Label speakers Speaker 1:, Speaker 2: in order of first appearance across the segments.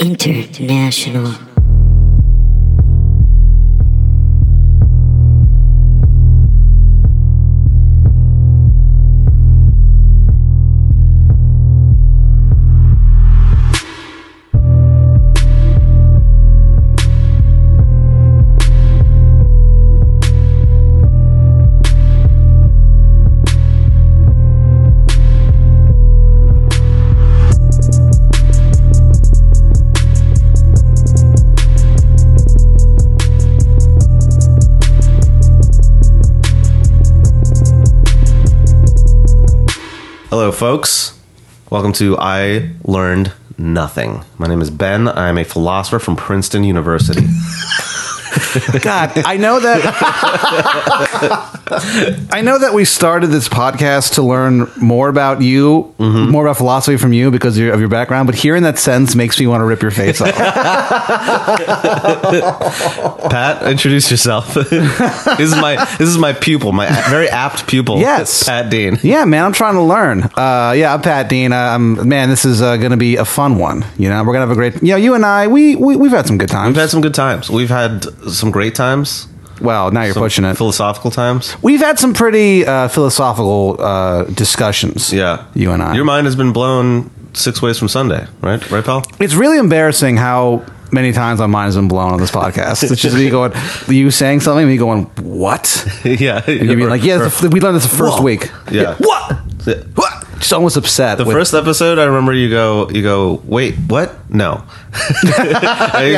Speaker 1: International.
Speaker 2: Hello, folks. Welcome to I Learned Nothing. My name is Ben. I'm a philosopher from Princeton University.
Speaker 3: God, I know that. I know that we started this podcast to learn more about you,
Speaker 2: Mm-hmm.
Speaker 3: more about philosophy from you because of your, of your background. But hearing that sentence makes me want to rip your face off.
Speaker 2: Pat, introduce yourself. this is my this is my pupil, my a- very apt pupil.
Speaker 3: Yes.
Speaker 2: Pat Dean.
Speaker 3: yeah, man, I'm trying to learn. Uh, yeah, I'm Pat Dean. I'm man. This is uh, going to be a fun one. You know, we're gonna have a great. You know, you and I, we, we we've had some good times.
Speaker 2: We've had some good times. We've had some great times.
Speaker 3: well, now you're
Speaker 2: some
Speaker 3: pushing it.
Speaker 2: Philosophical times.
Speaker 3: we've had some pretty uh, philosophical uh, discussions.
Speaker 2: Yeah.
Speaker 3: you and I.
Speaker 2: Your mind has been blown six ways from Sunday, right? Right, pal?
Speaker 3: it's really embarrassing how many times my mind has been blown on this podcast. It's just me going, you saying something, me going, what?
Speaker 2: yeah.
Speaker 3: And you being like, yeah, this- we learned this the first
Speaker 2: Whoa.
Speaker 3: week.
Speaker 2: Yeah.
Speaker 3: What?
Speaker 2: Yeah.
Speaker 3: What? Just almost upset.
Speaker 2: The
Speaker 3: with-
Speaker 2: first episode, I remember you go, you go, wait, what? No. you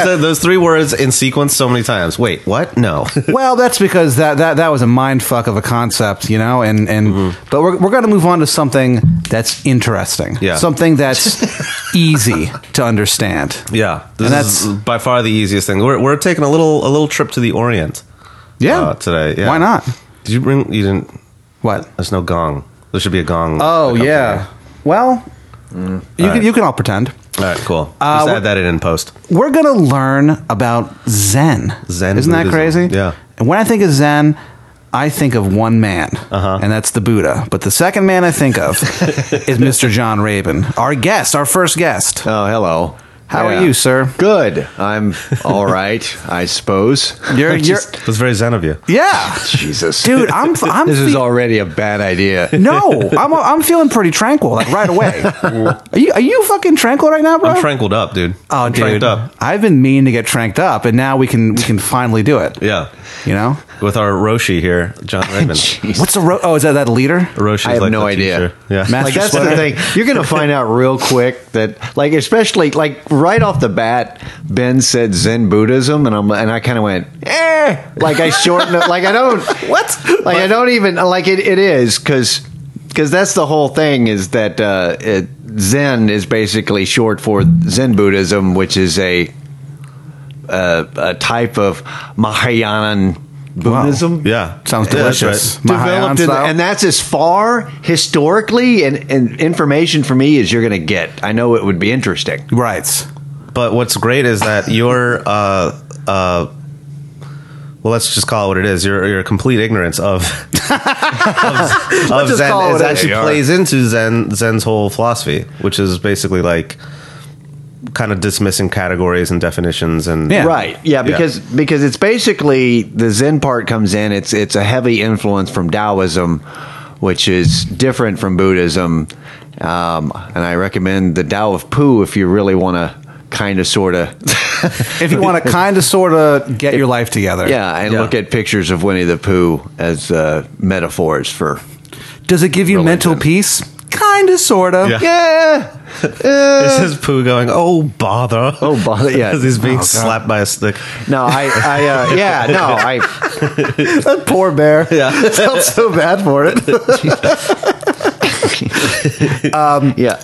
Speaker 2: said those three words in sequence so many times. Wait, what? No.
Speaker 3: well, that's because that, that that was a mind fuck of a concept, you know, and and
Speaker 2: Mm-hmm.
Speaker 3: but we're we're gonna move on to something that's interesting,
Speaker 2: Yeah.
Speaker 3: something that's easy to understand.
Speaker 2: yeah, this
Speaker 3: And
Speaker 2: is by far the easiest thing. We're, we're taking a little a little trip to the Orient
Speaker 3: Yeah,
Speaker 2: uh, today. Yeah.
Speaker 3: Why not?
Speaker 2: Did you bring? You didn't.
Speaker 3: What?
Speaker 2: There's no gong. There should be a gong.
Speaker 3: Oh
Speaker 2: accompanying.
Speaker 3: yeah. Well, you can,
Speaker 2: Mm. right.
Speaker 3: you can all pretend.
Speaker 2: All right, cool.
Speaker 3: Uh,
Speaker 2: Just
Speaker 3: we're-
Speaker 2: add that in in post.
Speaker 3: we're gonna learn about Zen.
Speaker 2: Zen
Speaker 3: isn't that
Speaker 2: Buddhism,
Speaker 3: crazy?
Speaker 2: yeah.
Speaker 3: And when I think of Zen, I think of one man, uh-huh. and that's the Buddha. But the second man I think of is Mr. John Rabin, our guest, our first guest.
Speaker 4: Oh, hello.
Speaker 3: How are you, sir?
Speaker 4: Good. I'm all right, I suppose.
Speaker 3: You're, you're,
Speaker 2: That's very zen of you.
Speaker 3: yeah,
Speaker 4: Jesus.
Speaker 3: dude. I'm, I'm.
Speaker 4: this is
Speaker 3: fe-
Speaker 4: already a bad idea.
Speaker 3: No, I'm, I'm feeling pretty tranquil, like right away. are you, are you fucking tranquil right now, bro?
Speaker 2: I'm tranquiled up, dude.
Speaker 3: Oh,
Speaker 2: I'm
Speaker 3: dude,
Speaker 2: Tranquiled up.
Speaker 3: I've been meaning to get tranked up, and now we can we can finally do it.
Speaker 2: Yeah,
Speaker 3: You know,
Speaker 2: with our Roshi here, John Raymond.
Speaker 3: what's the ro- oh is that that leader?
Speaker 2: Roshi's
Speaker 4: I have
Speaker 2: like
Speaker 4: no
Speaker 2: the
Speaker 4: idea.
Speaker 2: teacher. Yeah,
Speaker 3: Master
Speaker 4: Like that's the
Speaker 3: Sweater.
Speaker 4: thing. You're going to find out real quick that, like, especially like right off the bat, Ben said Zen Buddhism, and I'm and I kind of went, eh, like I shortened, it, like I don't what, like I don't even like it. It is because because that's the whole thing is that uh, it, Zen is basically short for Zen Buddhism, which is a uh, a type of Mahayana Buddhism.
Speaker 2: yeah,
Speaker 3: Sounds
Speaker 2: Yeah, that's
Speaker 3: delicious.
Speaker 2: right.
Speaker 3: Mahayan
Speaker 4: developed in,
Speaker 3: style?
Speaker 4: and that's as far historically and, and information for me as you're going to get. I know it would be interesting.
Speaker 3: Right.
Speaker 2: But what's great is that you're, uh, uh, well, let's just call it what it is. Your your complete ignorance of of, of
Speaker 4: just
Speaker 2: Zen
Speaker 4: call
Speaker 2: is
Speaker 4: it
Speaker 2: actually
Speaker 4: AR.
Speaker 2: plays into Zen Zen's whole philosophy, which is basically like kind of dismissing categories and definitions and
Speaker 3: Yeah.
Speaker 4: Right. Yeah, because because it's basically the Zen part comes in. It's it's a heavy influence from Taoism, which is different from Buddhism. Um, and I recommend the Tao of Pooh if you really want to kind of sort of
Speaker 3: If you want to kind of sort of get your life together.
Speaker 4: yeah, and
Speaker 2: Yeah.
Speaker 4: look at pictures of Winnie the Pooh as uh, metaphors for
Speaker 3: Does it give you mental peace? Kind of, sort of.
Speaker 2: Yeah.
Speaker 4: yeah.
Speaker 2: This is Pooh going, oh bother,
Speaker 4: Oh, bother, yeah.
Speaker 2: As he's being slapped by a stick.
Speaker 4: No, I, I uh, yeah, no, I.
Speaker 3: That Uh, poor bear. Yeah. felt so bad for it.
Speaker 4: Yeah.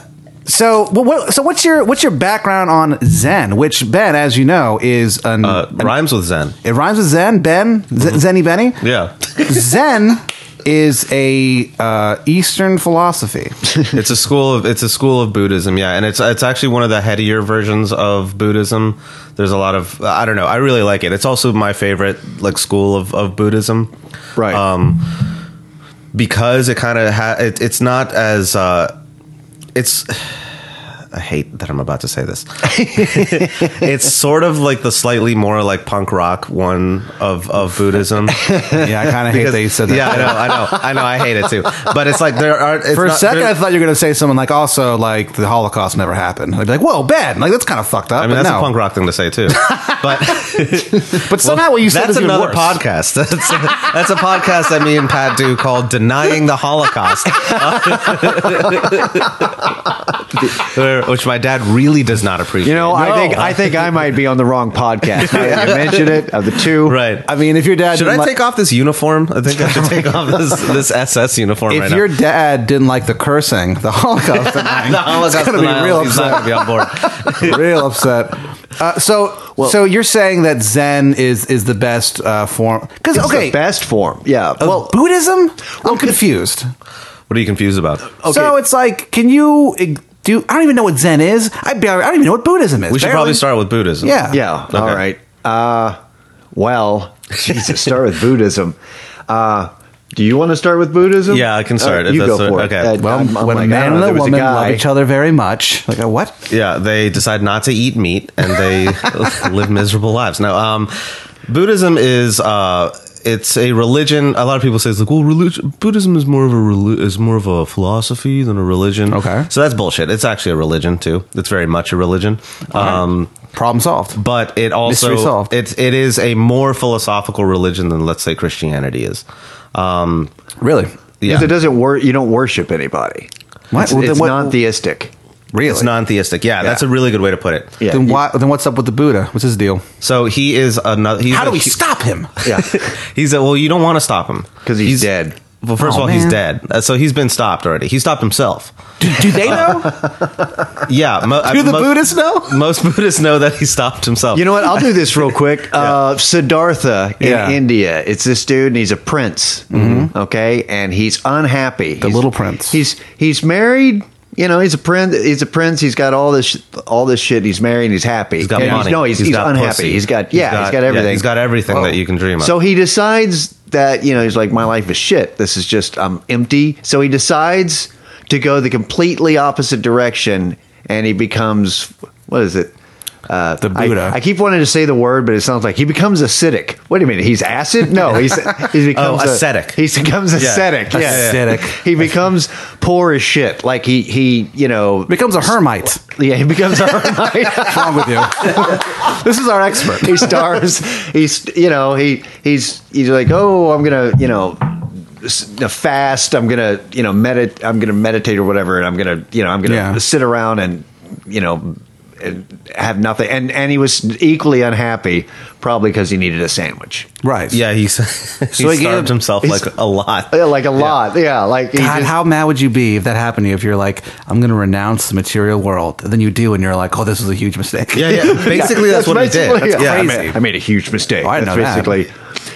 Speaker 3: so, well, what, so what's your what's your background on Zen? Which Ben, as you know, is an,
Speaker 2: Uh,
Speaker 3: an-
Speaker 2: rhymes with Zen.
Speaker 3: it rhymes with Zen. Ben, Z- Zenny Benny.
Speaker 2: Yeah,
Speaker 3: Zen is a uh, Eastern philosophy.
Speaker 2: it's a school of it's a school of Buddhism, yeah, and it's it's actually one of the headier versions of Buddhism. There's a lot of I don't know, I really like it. It's also my favorite like school of of Buddhism,
Speaker 4: Right.
Speaker 2: Um, because it kind of ha- it, it's not as uh, it's I hate that I'm about to say this. it's sort of like the slightly more like punk rock one of of Buddhism.
Speaker 3: Yeah, I kind of hate that you said that.
Speaker 2: Yeah, I know, I know, I know. I hate it too. But it's like there are it's
Speaker 3: For a
Speaker 2: not-
Speaker 3: second,
Speaker 2: there-
Speaker 3: I thought you were going to say something like, also, like, the Holocaust never happened. I'd be like, whoa, bad. Like, that's kind of fucked up.
Speaker 2: I mean,
Speaker 3: but
Speaker 2: that's
Speaker 3: no.
Speaker 2: a punk rock thing to say too. But
Speaker 3: But somehow what you said
Speaker 2: that's
Speaker 3: is even
Speaker 2: another
Speaker 3: worse.
Speaker 2: podcast. That's a, that's a podcast that me and Pat do called "Denying the Holocaust," Where- which my dad really does not appreciate.
Speaker 4: You know, I think I think I might be on the wrong podcast. now that you mentioned it of the two.
Speaker 2: right?
Speaker 3: I mean, if your dad
Speaker 2: Should
Speaker 3: didn't
Speaker 2: I
Speaker 3: li-
Speaker 2: take off this uniform? I think I should take off this this SS uniform
Speaker 3: if
Speaker 2: right
Speaker 3: your
Speaker 2: now.
Speaker 3: dad didn't like the cursing, the Holocaust, denying,
Speaker 2: The Holocaust
Speaker 3: it's gonna be
Speaker 2: denial,
Speaker 3: real
Speaker 2: he's not gonna
Speaker 3: upset.
Speaker 2: be on board.
Speaker 3: real upset. Uh, so, so you're saying that Zen is is the best uh, form? Because
Speaker 4: It's
Speaker 3: okay,
Speaker 4: the best form. Yeah.
Speaker 3: well,
Speaker 4: well,
Speaker 3: Buddhism. I'm confused.
Speaker 2: What are you confused about?
Speaker 3: So it's like, can you ig- do? I don't even know what Zen is. I barely, I don't even know what Buddhism is.
Speaker 2: We should
Speaker 3: Barely.
Speaker 2: probably start with Buddhism.
Speaker 3: Yeah.
Speaker 4: yeah. All
Speaker 2: Okay.
Speaker 4: right. Uh, well, Jesus, start with Buddhism. Uh, do you want to start with Buddhism?
Speaker 2: Yeah, I can
Speaker 4: All right,
Speaker 2: start, if
Speaker 4: you
Speaker 2: that's
Speaker 4: go
Speaker 2: the-
Speaker 4: for
Speaker 2: okay.
Speaker 4: it. Uh,
Speaker 3: Well,
Speaker 4: I'm- I'm
Speaker 3: when a
Speaker 4: like, I
Speaker 3: man
Speaker 4: don't
Speaker 3: and
Speaker 4: know,
Speaker 3: a
Speaker 4: there was
Speaker 3: woman
Speaker 4: guy.
Speaker 3: love each other very much, like a what?
Speaker 2: Yeah, they decide not to eat meat and they live miserable lives. Now, um, Buddhism is uh, it's a religion. A lot of people say it's like, well, religion, Buddhism is more of a reli- is more of a philosophy than a religion.
Speaker 3: Okay.
Speaker 2: so that's bullshit. It's actually a religion too. It's very much a religion. Um,
Speaker 3: Problem solved.
Speaker 2: but it also
Speaker 3: Mystery solved.
Speaker 2: it's it is a more philosophical religion than let's say Christianity is. Um,
Speaker 3: Really?
Speaker 2: yeah,
Speaker 4: Because it doesn't wor- you don't worship anybody.
Speaker 3: What?
Speaker 4: It's,
Speaker 3: Well, then
Speaker 4: it's
Speaker 3: what-
Speaker 4: non-theistic.
Speaker 3: Really?
Speaker 2: it's non-theistic. Yeah, that's a really good way to put it.
Speaker 4: Yeah.
Speaker 3: then
Speaker 4: you-
Speaker 3: why? Then what's up with the Buddha? What's his deal?
Speaker 2: So he is another. He's
Speaker 3: How
Speaker 2: a
Speaker 3: do we
Speaker 2: hu-
Speaker 3: stop him?
Speaker 4: Yeah.
Speaker 2: He's a, well, you don't want to stop him
Speaker 4: 'Cause he's dead.
Speaker 2: Well, first of
Speaker 3: Oh,
Speaker 2: all, he's
Speaker 3: man.
Speaker 2: dead, Uh, so he's been stopped already. He stopped himself.
Speaker 3: Do, do they know?
Speaker 2: Yeah, mo- I-
Speaker 3: Do the
Speaker 2: mo-
Speaker 3: Buddhists know?
Speaker 2: Most Buddhists know that he stopped himself.
Speaker 4: You know what? I'll do this real quick. uh, Siddhartha in
Speaker 3: Yeah.
Speaker 4: India. It's this dude, and he's a prince. Okay, and he's unhappy. The
Speaker 3: little prince.
Speaker 4: He's he's married. You know, he's a prince. He's a prince. He's got all this, sh- all this shit. He's married. and He's happy.
Speaker 2: he's got
Speaker 4: And
Speaker 2: money.
Speaker 4: no, he's, he's,
Speaker 2: got
Speaker 4: unhappy.
Speaker 2: pussy.
Speaker 4: He's got yeah. he's got
Speaker 2: yeah,
Speaker 4: everything.
Speaker 2: he's got everything that you can dream of.
Speaker 4: So he decides that you know he's like my life is shit. This is just I'm empty. So he decides to go the completely opposite direction, and he becomes what is it? Uh,
Speaker 3: The
Speaker 4: I-
Speaker 3: Buddha.
Speaker 4: I, keep wanting to say the word, but it sounds like he becomes ascetic. Wait a minute, he's acid? No, he's he becomes
Speaker 2: Oh,
Speaker 4: a-
Speaker 2: ascetic.
Speaker 4: he becomes ascetic. Yeah, yeah.
Speaker 3: Ascetic.
Speaker 4: He becomes poor as shit. Like he he you know
Speaker 3: Becomes a hermite.
Speaker 4: yeah he becomes a hermit.
Speaker 3: What's wrong with you? this is our expert.
Speaker 4: he stars. He's you know he he's he's like oh I'm gonna you know s- fast. I'm gonna you know medit. I'm gonna meditate or whatever, and I'm gonna you know I'm gonna
Speaker 3: Yeah.
Speaker 4: sit around and you know and have nothing. And and he was equally unhappy, probably because he needed a sandwich.
Speaker 3: Right.
Speaker 2: yeah, he's he
Speaker 3: he gave-
Speaker 2: starved himself
Speaker 4: he's-
Speaker 2: like a lot.
Speaker 4: Yeah, like a lot. Yeah, like he
Speaker 3: God,
Speaker 4: just-
Speaker 3: how mad would you be if that happened to you? If you're like, I'm going to renounce the material world, and then you do, and you're like, oh, this was a huge mistake.
Speaker 2: Yeah, yeah. Basically, that's, what he
Speaker 4: basically-
Speaker 2: did.
Speaker 4: yeah,
Speaker 2: yeah.
Speaker 3: crazy.
Speaker 4: I, made, I made a huge mistake.
Speaker 3: Oh, I
Speaker 4: that's
Speaker 3: know that.
Speaker 4: basically.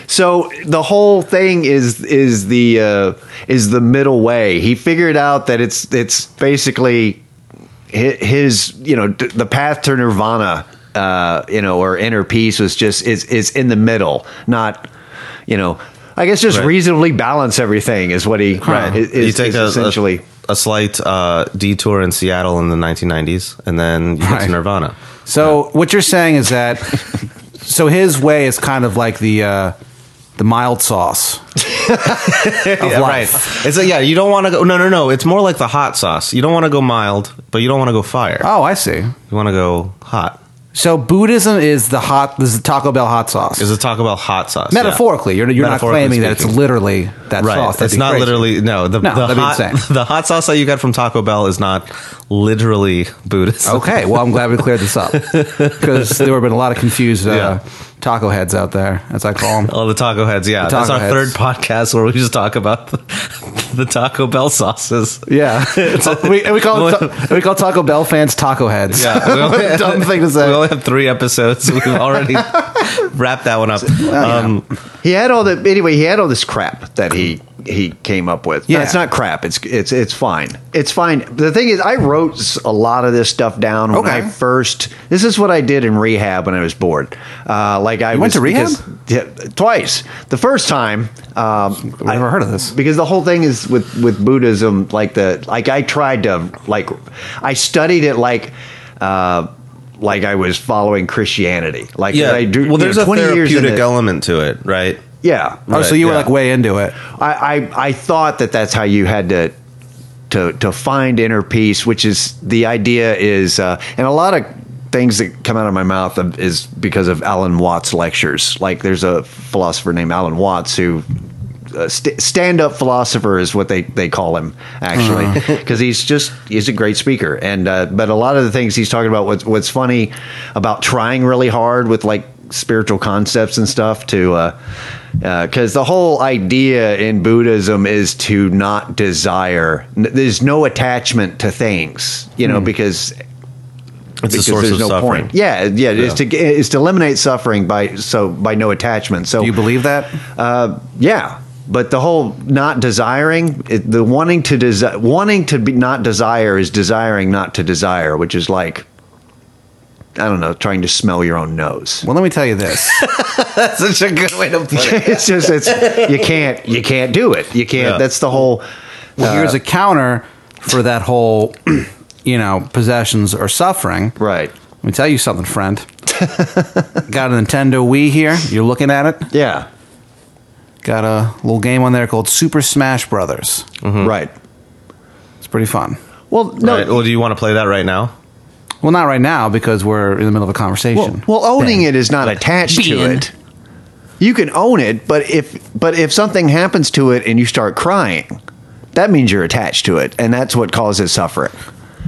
Speaker 4: So the whole thing is is the uh, is the middle way. He figured out that it's it's basically hi- his you know d- the path to nirvana uh, you know or inner peace was just is is in the middle, not you know. I guess just
Speaker 2: Right.
Speaker 4: reasonably balance everything is what he
Speaker 2: Right.
Speaker 4: is,
Speaker 2: you
Speaker 4: is-
Speaker 2: take
Speaker 4: is
Speaker 2: a,
Speaker 4: essentially.
Speaker 2: a, a slight uh, detour in Seattle in the 1990s, and then you get
Speaker 3: Right.
Speaker 2: to Nirvana.
Speaker 3: So what you're saying is that, so his way is kind of like the uh, the mild sauce of
Speaker 2: Yeah,
Speaker 3: life.
Speaker 2: Right. It's like, yeah, you don't want to go. No, no, no. It's more like the hot sauce. You don't want to go mild, but you don't want to go fire.
Speaker 3: Oh, I see.
Speaker 2: You want to go hot.
Speaker 3: So Buddhism is the hot, this is the Taco Bell hot sauce.
Speaker 2: Is it talk about hot sauce? yeah.
Speaker 3: Metaphorically, you're, you're
Speaker 2: Metaphorically
Speaker 3: not claiming that
Speaker 2: speaking.
Speaker 3: it's literally that
Speaker 2: right.
Speaker 3: sauce. That'd
Speaker 2: it's
Speaker 3: be
Speaker 2: not
Speaker 3: crazy.
Speaker 2: literally no. The,
Speaker 3: No,
Speaker 2: the
Speaker 3: that'd be
Speaker 2: hot
Speaker 3: insane.
Speaker 2: the hot sauce that you get from Taco Bell is not literally Buddhist.
Speaker 3: Okay, well, I'm glad we cleared this up because there have been a lot of confused uh,
Speaker 2: Yeah.
Speaker 3: taco heads out there, as I call them.
Speaker 2: All the taco heads, yeah.
Speaker 3: The
Speaker 2: That's
Speaker 3: taco
Speaker 2: our
Speaker 3: heads.
Speaker 2: third podcast where we just talk about the Taco Bell sauces.
Speaker 3: Yeah, we, and we call it, ta- we call Taco Bell fans taco heads.
Speaker 2: Yeah, we only,
Speaker 3: dumb thing to
Speaker 2: we
Speaker 3: say.
Speaker 2: only have three episodes. We've already wrapped that one up. um,
Speaker 4: He had all the anyway. He had all this crap that he he came up with.
Speaker 3: Yeah.
Speaker 4: it's not crap. It's it's it's fine. It's fine. The thing is, I wrote s- a lot of this stuff down when
Speaker 3: Okay.
Speaker 4: I first. This is what I did in rehab when I was bored. Uh, like I
Speaker 3: You went
Speaker 4: was-
Speaker 3: to rehab?
Speaker 4: because- yeah, twice. The first time, um,
Speaker 3: I've never heard of this.
Speaker 4: because the whole thing is with with Buddhism, like the like I tried to like I studied it like. Uh, like I was following Christianity, like
Speaker 2: yeah.
Speaker 4: I do.
Speaker 2: well, there's
Speaker 4: you know,
Speaker 2: a
Speaker 4: 20 years in
Speaker 2: therapeutic
Speaker 4: it-
Speaker 2: element to it, right?
Speaker 4: Yeah,
Speaker 3: Oh, so
Speaker 2: Right,
Speaker 3: you were
Speaker 2: yeah.
Speaker 3: like way into it.
Speaker 4: I, I I thought that that's how you had to to to find inner peace, which is the idea is, uh, and a lot of things that come out of my mouth of- is because of Alan Watts lectures. Like there's a philosopher named Alan Watts who. Uh, st- stand-up philosopher is what they, they call him actually because he's just he's a great speaker and uh, but a lot of the things he's talking about what's what's funny about trying really hard with like spiritual concepts and stuff to uh, because the whole idea in Buddhism is to not desire. n- There's no attachment to things, you know, because
Speaker 2: It's a
Speaker 4: because
Speaker 2: source of suffering.
Speaker 4: Yeah, yeah, It's
Speaker 2: Yeah.
Speaker 4: to is to eliminate suffering by so by no attachment. So
Speaker 3: Do you believe that?
Speaker 4: uh, yeah, but the whole not desiring, it, the wanting to desi- wanting to be not desire is desiring not to desire, which is like I don't know, trying to smell your own nose.
Speaker 3: Well, let me tell you this.
Speaker 2: That's such a good way to put it.
Speaker 4: it's just it's you can't you can't do it. You can't.
Speaker 2: Yeah.
Speaker 4: That's the whole.
Speaker 3: Well, here's
Speaker 2: Uh,
Speaker 3: a counter for that whole, you know, possessions or suffering.
Speaker 4: Right.
Speaker 3: Let me tell you something, friend. Got a Nintendo Wii here. You're looking at it.
Speaker 4: Yeah.
Speaker 3: Got a little game on there called Super Smash Brothers.
Speaker 4: Right.
Speaker 3: It's pretty fun.
Speaker 4: Well, no.
Speaker 2: Mm-hmm. Right. Well, do you want to play that right now?
Speaker 3: Well, not right now because we're in the middle of a conversation.
Speaker 4: Well, well, owning it is not attached to
Speaker 3: Being.
Speaker 4: it. You can own it, but if but if something happens to it and you start crying, that means you're attached to it, and that's what causes suffering.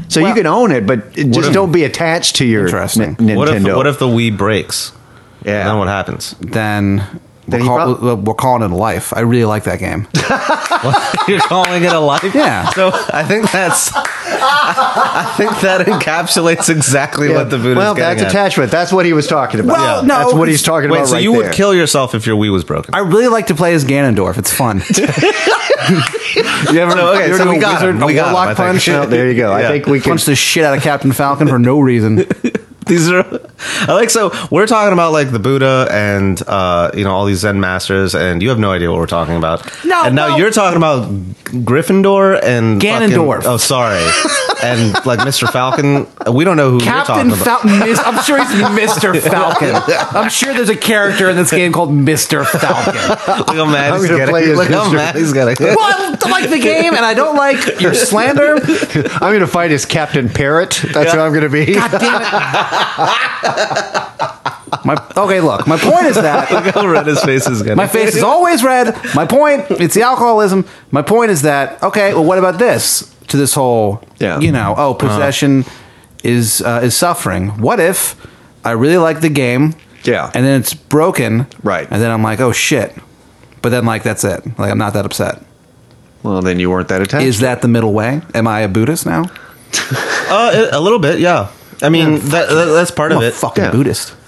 Speaker 4: So
Speaker 3: Well-
Speaker 4: you can own it, but it- just
Speaker 2: if-
Speaker 4: don't be attached to your
Speaker 3: Interesting.
Speaker 4: N- Nintendo.
Speaker 2: What if what if the Wii breaks?
Speaker 4: Yeah.
Speaker 2: Then what happens?
Speaker 3: then we're,
Speaker 4: Then he
Speaker 3: call-
Speaker 4: prob-
Speaker 3: we're calling it a life. I really like that game.
Speaker 2: You're calling it a life?
Speaker 3: Yeah.
Speaker 2: So I think that's I, I think that encapsulates exactly
Speaker 4: Yeah.
Speaker 2: what the Buddha
Speaker 4: well,
Speaker 2: is getting
Speaker 4: that's
Speaker 2: at.
Speaker 4: attachment. That's what he was talking about.
Speaker 3: Well, Yeah. no,
Speaker 4: that's what he's
Speaker 3: it's-
Speaker 4: talking
Speaker 2: Wait,
Speaker 4: about.
Speaker 2: so
Speaker 4: right
Speaker 2: you
Speaker 4: there.
Speaker 2: would kill yourself if your Wii was broken?
Speaker 3: I really like to play as Ganondorf. It's fun.
Speaker 4: You ever,
Speaker 2: No, okay,
Speaker 4: you ever
Speaker 2: so
Speaker 4: do
Speaker 2: we
Speaker 4: a
Speaker 2: got
Speaker 4: wizard,
Speaker 2: him.
Speaker 4: a
Speaker 2: We got him,
Speaker 4: warlock
Speaker 2: I think.
Speaker 4: punch? No, there you go.
Speaker 2: Yeah.
Speaker 4: I think we can.
Speaker 3: Punch the shit out of Captain Falcon for no reason.
Speaker 2: these are I like so we're talking about like the Buddha and uh, you know all these Zen masters and you have no idea what we're talking about.
Speaker 3: No,
Speaker 2: and now
Speaker 3: well-
Speaker 2: you're talking about Gryffindor and fucking-
Speaker 3: Ganondorf.
Speaker 2: oh, sorry, and like Mr. Falcon. We don't know who
Speaker 3: Captain
Speaker 2: you're talking about.
Speaker 3: Falcon. I'm sure he's Mr. Falcon. I'm sure there's a character in this game called Mr. Falcon.
Speaker 2: Look how mad
Speaker 4: I'm
Speaker 2: he's
Speaker 4: gonna
Speaker 2: getting.
Speaker 4: play as
Speaker 2: Look how
Speaker 4: Mr.
Speaker 2: mad he's getting.
Speaker 3: Well, I don't like the game, and I don't like your slander.
Speaker 4: I'm going to fight as Captain Parrot. That's
Speaker 2: Yeah.
Speaker 4: what I'm going to be.
Speaker 3: My, okay, look. My point is that
Speaker 2: Look how red his face is getting.
Speaker 3: my face is always red. My point, it's the alcoholism. My point is that okay. Well, what about this? To this whole,
Speaker 4: Yeah. Uh-huh.
Speaker 3: you know, oh, possession is uh, is suffering. What if I really like the game?
Speaker 4: Yeah.
Speaker 3: and then it's broken.
Speaker 4: Right.
Speaker 3: and then I'm like, oh shit. But then, like, that's it. Like, I'm not that upset.
Speaker 4: Well, then you weren't that attached.
Speaker 3: Is that the middle way? Am I a Buddhist now?
Speaker 2: Uh, a little bit, yeah. I mean, that, that, that's part
Speaker 3: I'm
Speaker 2: of
Speaker 3: a
Speaker 2: it.
Speaker 3: fucking
Speaker 4: Yeah.
Speaker 3: Buddhist.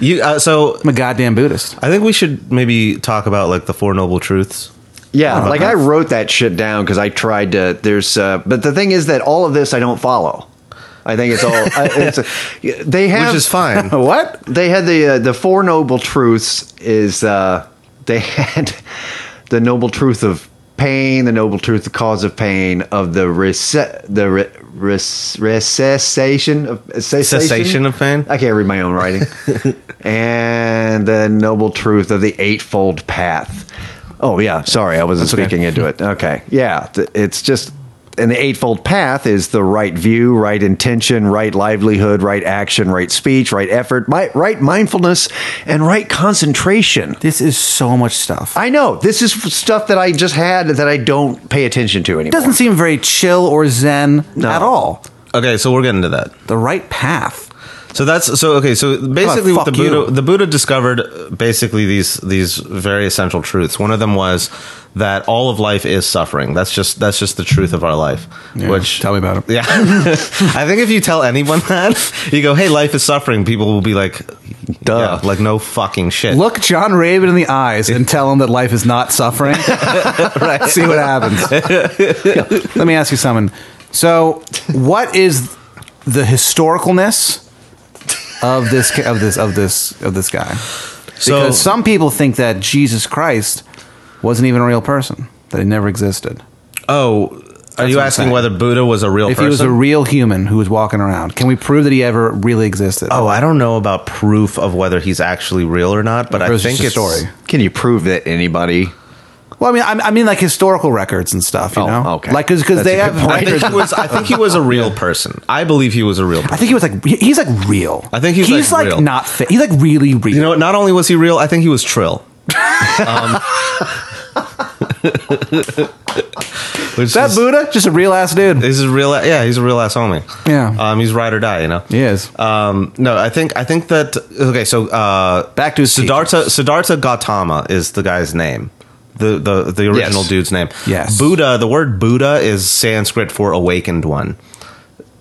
Speaker 2: You uh, so
Speaker 3: I'm a goddamn Buddhist.
Speaker 2: I think we should maybe talk about like the four noble truths.
Speaker 4: Yeah,
Speaker 3: Oh,
Speaker 4: like
Speaker 3: okay.
Speaker 4: I wrote that shit down because I tried to. There's, uh, but the thing is that all of this I don't follow. I think it's all. I, it's a, they have,
Speaker 2: Which is fine.
Speaker 4: what they had the uh, the four noble truths is uh, they had the noble truth of pain, the noble truth, the cause of pain, of the rese- the re- res- recessation of cessation?
Speaker 2: Cessation of pain?
Speaker 4: I can't read my own writing. and the noble truth of the eightfold path. Oh yeah, sorry, I wasn't speaking into it. Okay, yeah, th- it's just. And the Eightfold Path is the right view, right intention, right livelihood, right action, right speech, right effort, mi- right mindfulness, and right concentration.
Speaker 3: This is so much stuff.
Speaker 4: I know this is stuff that I just had that I don't pay attention to anymore.
Speaker 3: doesn't seem very chill or zen
Speaker 4: No.
Speaker 3: at all.
Speaker 2: Okay, so we're getting to that.
Speaker 3: The right path.
Speaker 2: So that's so okay. So basically, what the
Speaker 3: fuck you.
Speaker 2: Buddha the Buddha discovered uh, basically these these very essential truths. One of them was that all of life is suffering. That's just that's just the truth of our life.
Speaker 3: Yeah,
Speaker 2: Which
Speaker 3: tell me about it.
Speaker 2: Yeah, I think if you tell anyone that you go, "Hey, life is suffering," people will be like,
Speaker 4: Duh.
Speaker 2: yeah, like no fucking shit."
Speaker 3: Look John Raven in the eyes and tell him that life is not suffering. right. See what happens. Let me ask you something. So, what is the historicalness of this ca- of this of this of this guy?
Speaker 2: So-
Speaker 3: Because some people think that Jesus Christ wasn't even a real person; that he never existed.
Speaker 2: oh, are
Speaker 3: That's
Speaker 2: you
Speaker 3: what I'm
Speaker 2: asking
Speaker 3: saying.
Speaker 2: whether Buddha was a real
Speaker 3: If
Speaker 2: person?
Speaker 3: he was a real human who was walking around, can we prove that he ever really existed?
Speaker 2: oh, I don't know about proof of whether he's actually real or not, but
Speaker 3: Or
Speaker 2: I
Speaker 3: it was
Speaker 2: think
Speaker 3: just a
Speaker 2: it's
Speaker 3: story.
Speaker 4: Can you prove that anybody?
Speaker 3: Well, I mean, I, I mean, like historical records and stuff. You
Speaker 4: Oh,
Speaker 3: know,
Speaker 4: okay.
Speaker 3: like because
Speaker 4: That's
Speaker 3: they
Speaker 4: a good
Speaker 3: have.
Speaker 4: point.
Speaker 2: I think he was. I think he was a real person. I believe he was a real. person.
Speaker 3: I think he was like he- he's like real.
Speaker 2: I think he was,
Speaker 3: he's
Speaker 2: like,
Speaker 3: like,
Speaker 2: real.
Speaker 3: not fit. He's like really real.
Speaker 2: You know, what? not only was he real, I think he was Trill. um, which
Speaker 3: that
Speaker 2: is-
Speaker 3: Buddha just a real ass dude.
Speaker 2: He's a real, yeah. He's a real ass homie.
Speaker 3: Yeah.
Speaker 2: um, he's ride or die. You know.
Speaker 3: He is.
Speaker 2: Um, no, I think I think that okay. So uh,
Speaker 3: Back to his
Speaker 2: Siddhartha Siddhartha Gautama is the guy's name. The the the original
Speaker 4: Yes.
Speaker 2: dude's name.
Speaker 3: Yes.
Speaker 2: Buddha. The word Buddha is Sanskrit for awakened one.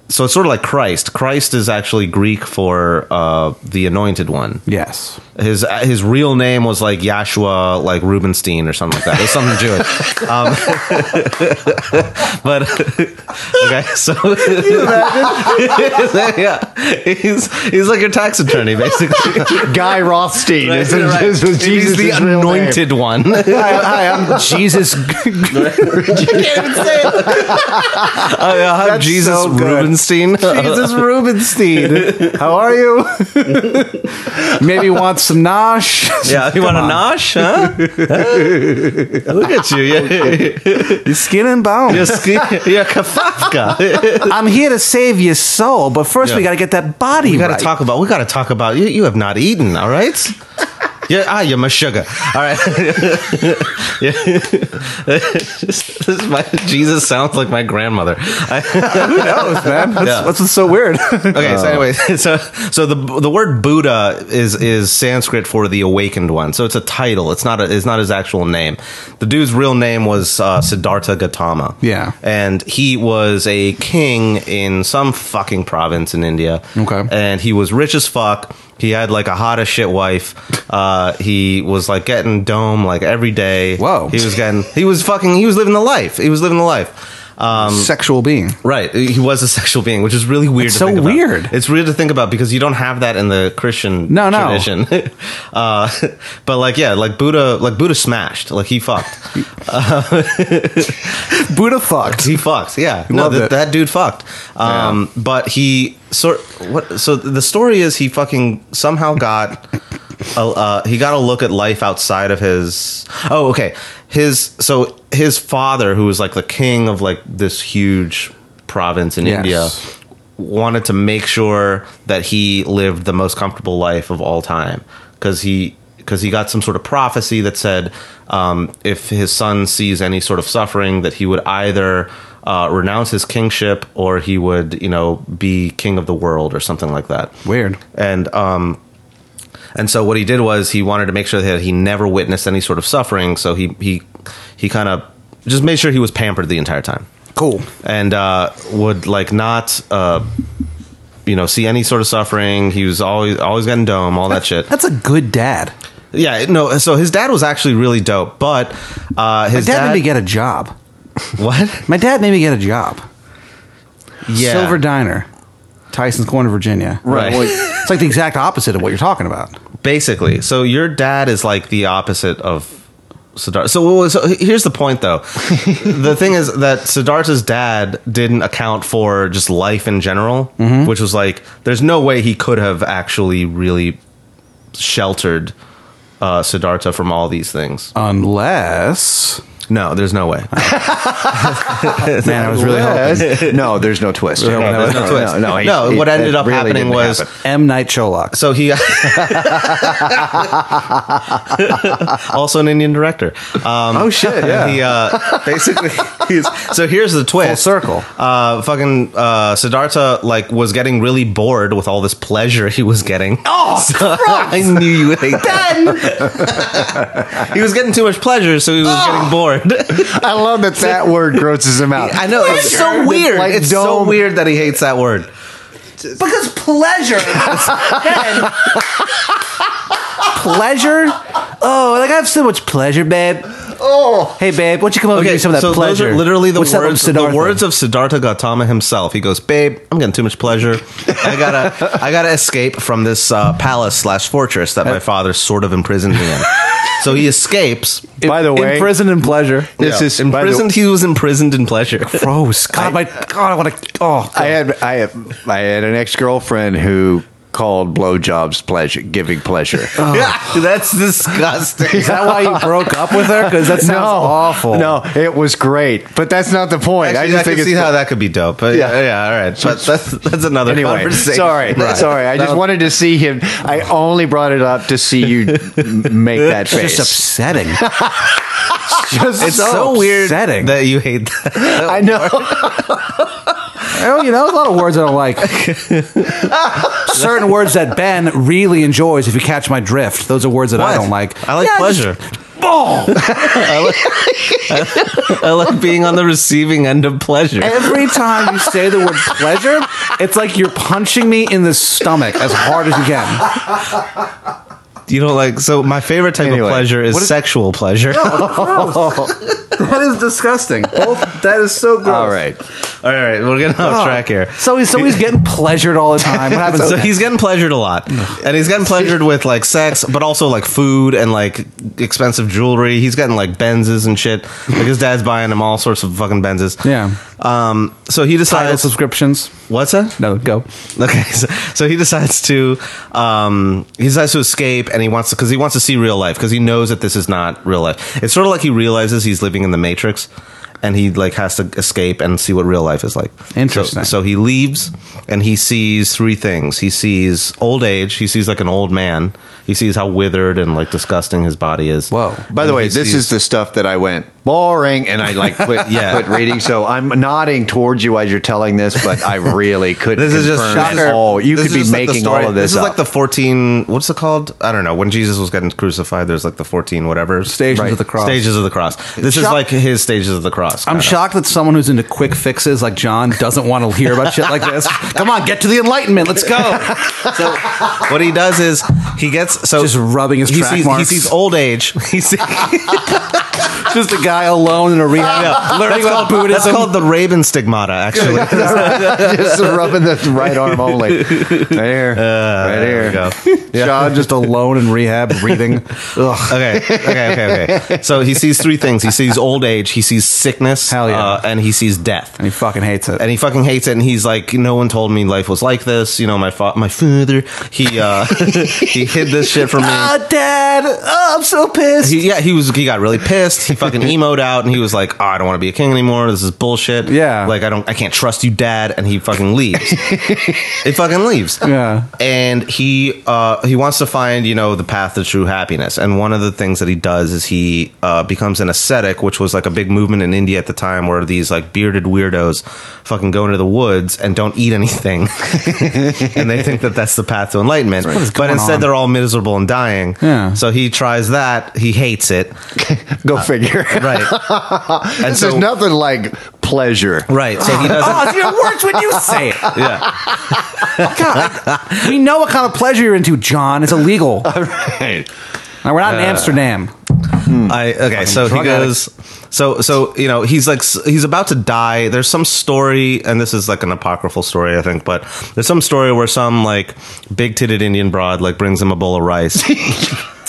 Speaker 2: So it's sort of like Christ. Christ is actually Greek for uh, the anointed one.
Speaker 3: yes.
Speaker 2: His his real name was like Yashua, like Rubenstein or something like that. It was something Jewish. Um, but okay, so yeah, he's he's like your tax attorney basically.
Speaker 4: Guy Rothstein
Speaker 2: Right,
Speaker 4: is,
Speaker 2: right.
Speaker 4: is, is Jesus'
Speaker 2: he's the
Speaker 4: real name.
Speaker 2: anointed one.
Speaker 3: Hi, hi, I'm Jesus.
Speaker 2: I have Oh, Jesus
Speaker 3: so good.
Speaker 2: Rubenstein.
Speaker 3: Jesus Rubenstein. How are you? Maybe want some nosh.
Speaker 2: yeah, you
Speaker 3: Come
Speaker 2: want a
Speaker 3: on.
Speaker 2: nosh? Huh? Huh? Look at you, yeah,
Speaker 3: Your skin and bone.
Speaker 2: you're, ski- you're kafafka.
Speaker 3: I'm here to save your soul, but first we
Speaker 2: Yeah.
Speaker 3: got to get that body.
Speaker 2: We got to
Speaker 3: right.
Speaker 2: talk about. We got to talk about. You, you have not eaten, all right? Yeah, ah, you're my sugar. All right. Yeah. this is my Jesus sounds like my grandmother. I-
Speaker 3: Who knows, man? That's,
Speaker 2: Yeah.
Speaker 3: that's what's so weird.
Speaker 2: okay,
Speaker 3: Uh,
Speaker 2: so anyway, so so the the word Buddha is is Sanskrit for the awakened one. So it's a title. It's not a, it's not his actual name. The dude's real name was uh, Siddhartha Gautama.
Speaker 3: Yeah.
Speaker 2: and he was a king in some fucking province in India.
Speaker 3: Okay.
Speaker 2: and he was rich as fuck. He had like a hot as shit wife. Uh, he was like getting dome like every day.
Speaker 3: Whoa.
Speaker 2: he was getting he was fucking he was living the life. He was living the life. Um,
Speaker 3: Sexual being.
Speaker 2: Right. He was a sexual being, which is really weird.
Speaker 3: It's
Speaker 2: to
Speaker 3: so
Speaker 2: think about.
Speaker 3: weird.
Speaker 2: It's weird to think about because you don't have that in the Christian
Speaker 3: No, no.
Speaker 2: tradition. uh, but like, yeah, like Buddha, like Buddha smashed, like he fucked,
Speaker 3: Buddha fucked.
Speaker 2: he fucked. Yeah, no,
Speaker 3: Loved
Speaker 2: that,
Speaker 3: it.
Speaker 2: that dude fucked. Um, But he sort what? So the story is he fucking somehow got. A, uh, he got a look at life outside of his. Oh, okay. His so his father, who was like the king of like this huge province in
Speaker 3: Yes.
Speaker 2: India, wanted to make sure that he lived the most comfortable life of all time because he because he got some sort of prophecy that said um, if his son sees any sort of suffering that he would either uh, renounce his kingship or he would you know be king of the world or something like that
Speaker 3: Weird.
Speaker 2: and um and so what he did was he wanted to make sure that he never witnessed any sort of suffering so he he he kind of just made sure he was pampered the entire time
Speaker 3: Cool.
Speaker 2: and uh, would like not uh, you know see any sort of suffering. He was always always getting dome, all that shit.
Speaker 3: That's a good dad.
Speaker 2: Yeah, no. So his dad was actually really dope, but uh, his
Speaker 3: Dad,
Speaker 2: dad,
Speaker 3: made me get a job.
Speaker 2: what?
Speaker 3: My dad made me get a job.
Speaker 2: Yeah,
Speaker 3: Silver Diner, Tyson's Corner, Virginia.
Speaker 2: Right.
Speaker 3: It's like the exact opposite of what you're talking about.
Speaker 2: basically. So your dad is like the opposite of. Siddhartha. So, what was- so here's the point, though. the thing is that Siddhartha's dad didn't account for just life in general,
Speaker 4: Mm-hmm.
Speaker 2: which was like, there's no way he could have actually really sheltered uh, Siddhartha from all these things.
Speaker 3: Unless twist?
Speaker 2: No, there's no way.
Speaker 3: Man, I was really hoping.
Speaker 4: Yes. no, there's no twist.
Speaker 3: No,
Speaker 2: No, there's no twist.
Speaker 4: No, no, he-
Speaker 2: No,
Speaker 4: he-
Speaker 2: what ended
Speaker 4: that
Speaker 2: up
Speaker 4: really
Speaker 2: happening
Speaker 4: didn't
Speaker 2: was
Speaker 4: happen.
Speaker 3: M. Night Shylock.
Speaker 2: so he also an Indian director. Um,
Speaker 3: Oh, shit,
Speaker 2: and
Speaker 3: yeah.
Speaker 2: He uh, basically he's, so here's the twist.
Speaker 3: circle.
Speaker 2: Uh, fucking uh, Siddhartha like was getting really bored with all this pleasure he was getting. Oh, I knew you would hate that. he was getting too much pleasure, so he was getting bored.
Speaker 4: I love that that word grosses him out.
Speaker 2: uh, I know it's so
Speaker 4: It's
Speaker 2: weird.
Speaker 4: like
Speaker 2: it's so
Speaker 4: dome.
Speaker 2: weird that he hates that word.
Speaker 3: Because pleasure. pleasure? Oh, like I have so much pleasure, babe. Oh. Hey, babe, why don't you come over and give me some of that
Speaker 2: so
Speaker 3: pleasure?
Speaker 2: those are literally the
Speaker 3: What's that
Speaker 2: words.
Speaker 3: old
Speaker 2: The
Speaker 3: Siddhartha?
Speaker 2: words of Siddhartha Gautama himself. He goes, "Babe, I'm getting too much pleasure. I gotta, I gotta escape from this uh, palace slash fortress that
Speaker 3: Uh,
Speaker 2: my father sort of imprisoned me in." So he escapes.
Speaker 4: By the way,
Speaker 3: in prison and pleasure.
Speaker 4: this is by the-
Speaker 2: imprisoned. He was imprisoned in pleasure.
Speaker 3: Gross. God, my God, I want to. Oh,
Speaker 4: I had I had, I had an ex girlfriend who called blowjobs pleasure, giving pleasure.
Speaker 2: Oh, Yeah, that's disgusting.
Speaker 3: is that why you broke up with her? Because that sounds awful.
Speaker 4: No, it was great, but that's not the point.
Speaker 2: Actually, I,
Speaker 4: I just think
Speaker 2: can
Speaker 4: it's
Speaker 2: see how that could be dope. But yeah,
Speaker 4: Yeah.
Speaker 2: yeah, all right. But that's that's another
Speaker 4: anyway.
Speaker 2: conversation.
Speaker 4: Sorry,
Speaker 2: Right.
Speaker 4: sorry. I just
Speaker 2: That-
Speaker 4: wanted to see him. I only brought it up to see you m- make that
Speaker 3: It's
Speaker 4: face.
Speaker 3: just upsetting.
Speaker 4: Just
Speaker 2: It's so, weird
Speaker 3: upsetting.
Speaker 2: that you hate that.
Speaker 4: I know.
Speaker 3: Oh, you know, there's a lot of words I don't like. Certain words that Ben really enjoys, if you catch my drift. Those are words that I
Speaker 2: What?
Speaker 3: don't like.
Speaker 2: I like
Speaker 3: Yeah,
Speaker 2: pleasure.
Speaker 3: just- oh,
Speaker 2: I like being on the receiving end of pleasure.
Speaker 3: every time you say the word pleasure, it's like you're punching me in the stomach as hard as you can.
Speaker 2: You know, like so. My favorite type of
Speaker 4: Anyway,
Speaker 2: pleasure is,
Speaker 3: what is-
Speaker 2: sexual pleasure. All
Speaker 3: That is disgusting. Both, that is so gross.
Speaker 4: All right.
Speaker 2: right, we're getting off track here.
Speaker 3: Oh. So he's, so he's getting pleasured all the time. What happens?
Speaker 2: So he's getting pleasured a lot, and he's getting pleasured with like sex, but also like food and like expensive jewelry. He's getting like Benzes and shit. Like his dad's buying him all sorts of fucking Benzes.
Speaker 3: Yeah.
Speaker 2: Um. So he
Speaker 3: title
Speaker 2: decides.
Speaker 3: subscriptions.
Speaker 2: What's that?
Speaker 3: No, go.
Speaker 2: Okay, so, so he decides to um, he decides to escape, and he wants to because he wants to see real life because he knows that this is not real life. It's sort of like he realizes he's living in the Matrix, and he like has to escape and see what real life is like.
Speaker 3: Interesting.
Speaker 2: So, so he leaves, and he sees three things. He sees old age. He sees like an old man. He sees how withered and like disgusting his body is.
Speaker 3: Whoa.
Speaker 4: By the
Speaker 2: And
Speaker 4: way,
Speaker 2: he
Speaker 4: this
Speaker 2: sees-
Speaker 4: is the stuff that I went boring, and I like quit,
Speaker 2: Yeah.
Speaker 4: quit reading. So I'm nodding towards you as you're telling this, but I really couldn't.
Speaker 2: This is just
Speaker 4: confirm
Speaker 2: shocker.
Speaker 4: at all. You
Speaker 2: This
Speaker 4: could
Speaker 2: is
Speaker 4: be
Speaker 2: just like the
Speaker 4: making
Speaker 2: story-
Speaker 4: all of this,
Speaker 2: This is
Speaker 4: up.
Speaker 2: like the fourteen. What's it called? I don't know. When Jesus was getting crucified, there's like the fourteen whatever
Speaker 3: Stations of the cross.
Speaker 2: Stages of the cross. This is
Speaker 3: Shock-
Speaker 2: like his stages of the cross.
Speaker 3: I'm
Speaker 2: kinda.
Speaker 3: shocked that someone who's into quick fixes like John doesn't want to hear about shit like this. Come on, get to the Enlightenment. Let's go. So
Speaker 2: What he does is he gets so
Speaker 3: Just rubbing his
Speaker 2: he
Speaker 3: track
Speaker 2: sees,
Speaker 3: marks.
Speaker 2: He sees old age. He sees,
Speaker 3: just a guy alone in a rehab learning about
Speaker 2: called, that's
Speaker 3: Buddhism.
Speaker 2: called the Rabin stigmata. Actually,
Speaker 4: just rubbing the right arm only. Right here, right
Speaker 2: Uh, there we
Speaker 4: here.
Speaker 2: go.
Speaker 3: John just alone in rehab reading. Ugh.
Speaker 2: Okay, okay, okay, okay. So he sees three things. He sees old age. He sees sickness.
Speaker 3: Hell yeah.
Speaker 2: uh, and he sees death.
Speaker 3: And he fucking hates it.
Speaker 2: and he fucking hates it. And he's like, no one told me life was like this. You know, my fa- my father, he uh, he hid this shit from me.
Speaker 3: Ah, Dad, oh, I'm so pissed.
Speaker 2: He, yeah, he was. He got really pissed. He fucking emoed out, and he was like, oh, "I don't want to be a king anymore. This is bullshit.
Speaker 3: Yeah.
Speaker 2: like I don't, I can't trust you, Dad." And he fucking leaves. he fucking leaves.
Speaker 3: Yeah.
Speaker 2: and he uh, he wants to find you know the path to true happiness. And one of the things that he does is he uh, becomes an ascetic, which was like a big movement in India at the time, where these like bearded weirdos fucking go into the woods and don't eat anything, and they think that that's the path to enlightenment.
Speaker 3: is
Speaker 2: But
Speaker 3: going
Speaker 2: instead,
Speaker 3: on?
Speaker 2: they're all miserable and dying.
Speaker 3: Yeah.
Speaker 2: So he tries that. He hates it.
Speaker 4: Go figure.
Speaker 2: Right. and
Speaker 4: This is
Speaker 2: so
Speaker 4: nothing like pleasure.
Speaker 2: right. So he doesn't.
Speaker 3: Oh, it's your words when you say it.
Speaker 2: Yeah.
Speaker 3: God, we know what kind of pleasure you're into, John. It's illegal. Now, we're not in Amsterdam.
Speaker 2: I okay. So he
Speaker 3: Hmm. drug addict.
Speaker 2: goes. So so you know he's like s- he's about to die. There's some story, and this is like an apocryphal story, I think. But there's some story where some like big titted Indian broad like brings him a bowl of rice.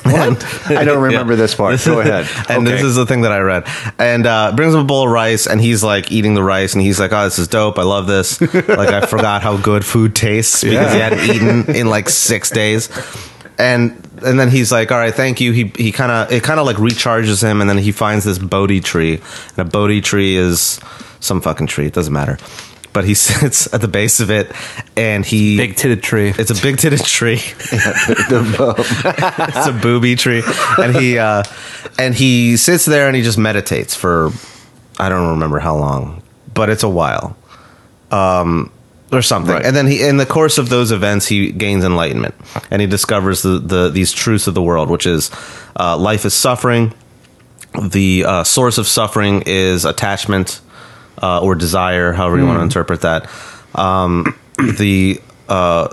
Speaker 2: And-
Speaker 4: I don't remember this part. Go ahead.
Speaker 2: and
Speaker 4: Okay.
Speaker 2: this is the thing that I read. And uh, brings him a bowl of rice, and he's like eating the rice, and he's like, "Oh, this is dope. I love this. like I forgot how good food tastes because he hadn't eaten in like six days." and and then he's like, "All right, thank you." He he kind of it kind of like recharges him, and then he finds this Bodhi tree, and a Bodhi tree is some fucking tree. It doesn't matter. But he sits at the base of it, and he
Speaker 3: Big titted tree.
Speaker 2: it's a big titted tree. it's a booby tree, and he uh, and he sits there and he just meditates for I don't remember how long, but it's a while, um, or something.
Speaker 4: Right.
Speaker 2: And then he, in the course of those events, he gains enlightenment and he discovers the, the these truths of the world, which is uh, life is suffering. The uh, source of suffering is attachment uh, or desire, however you
Speaker 3: Hmm.
Speaker 2: want to interpret that. Um, the uh,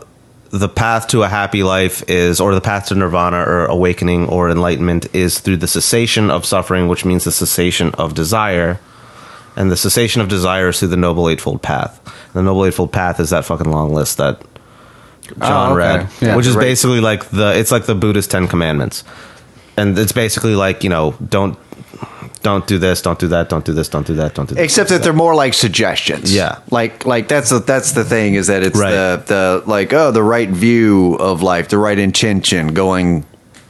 Speaker 2: the path to a happy life is, or the path to nirvana or awakening or enlightenment is through the cessation of suffering, which means the cessation of desire. And the cessation of desire is through the Noble Eightfold Path. The Noble Eightfold Path is that fucking long list that John
Speaker 3: Oh, okay.
Speaker 2: read,
Speaker 3: Yeah,
Speaker 2: which is
Speaker 3: right.
Speaker 2: basically like the it's like the Buddhist Ten Commandments, and it's basically like you know don't don't do this, don't do that, don't do this, don't do that, don't do this.
Speaker 4: Except that they're more like suggestions.
Speaker 2: Yeah.
Speaker 4: Like like that's the that's the thing is that it's
Speaker 2: Right.
Speaker 4: the the like oh the right view of life, the right intention going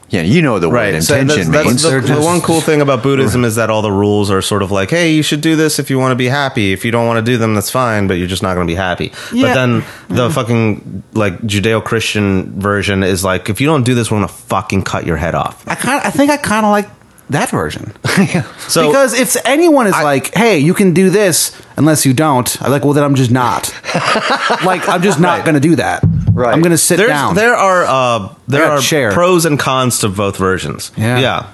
Speaker 4: yeah, you know the word
Speaker 2: Right. So that's,
Speaker 4: intention
Speaker 2: that's
Speaker 4: means.
Speaker 2: the,
Speaker 3: They're
Speaker 2: the
Speaker 3: just-
Speaker 2: one cool thing about Buddhism is that all the rules are sort of like, hey, you should do this if you want to be happy. If you don't want to do them, that's fine, but you're just not going to be happy. But
Speaker 3: Yeah.
Speaker 2: then the fucking like Judeo-Christian version is like, if you don't do this, we're going to fucking cut your head off.
Speaker 3: I kind I think I kind of like that version.
Speaker 2: So-
Speaker 3: because if anyone is like, "Hey, you can do this unless you don't," I'm like, "Well, then I'm just not." like I'm just not going to do that.
Speaker 4: Right.
Speaker 3: I'm going to sit
Speaker 2: There's,
Speaker 3: down.
Speaker 2: there are uh, there
Speaker 3: got
Speaker 2: are
Speaker 3: a chair.
Speaker 2: pros and cons to both versions.
Speaker 3: Yeah.
Speaker 2: Yeah.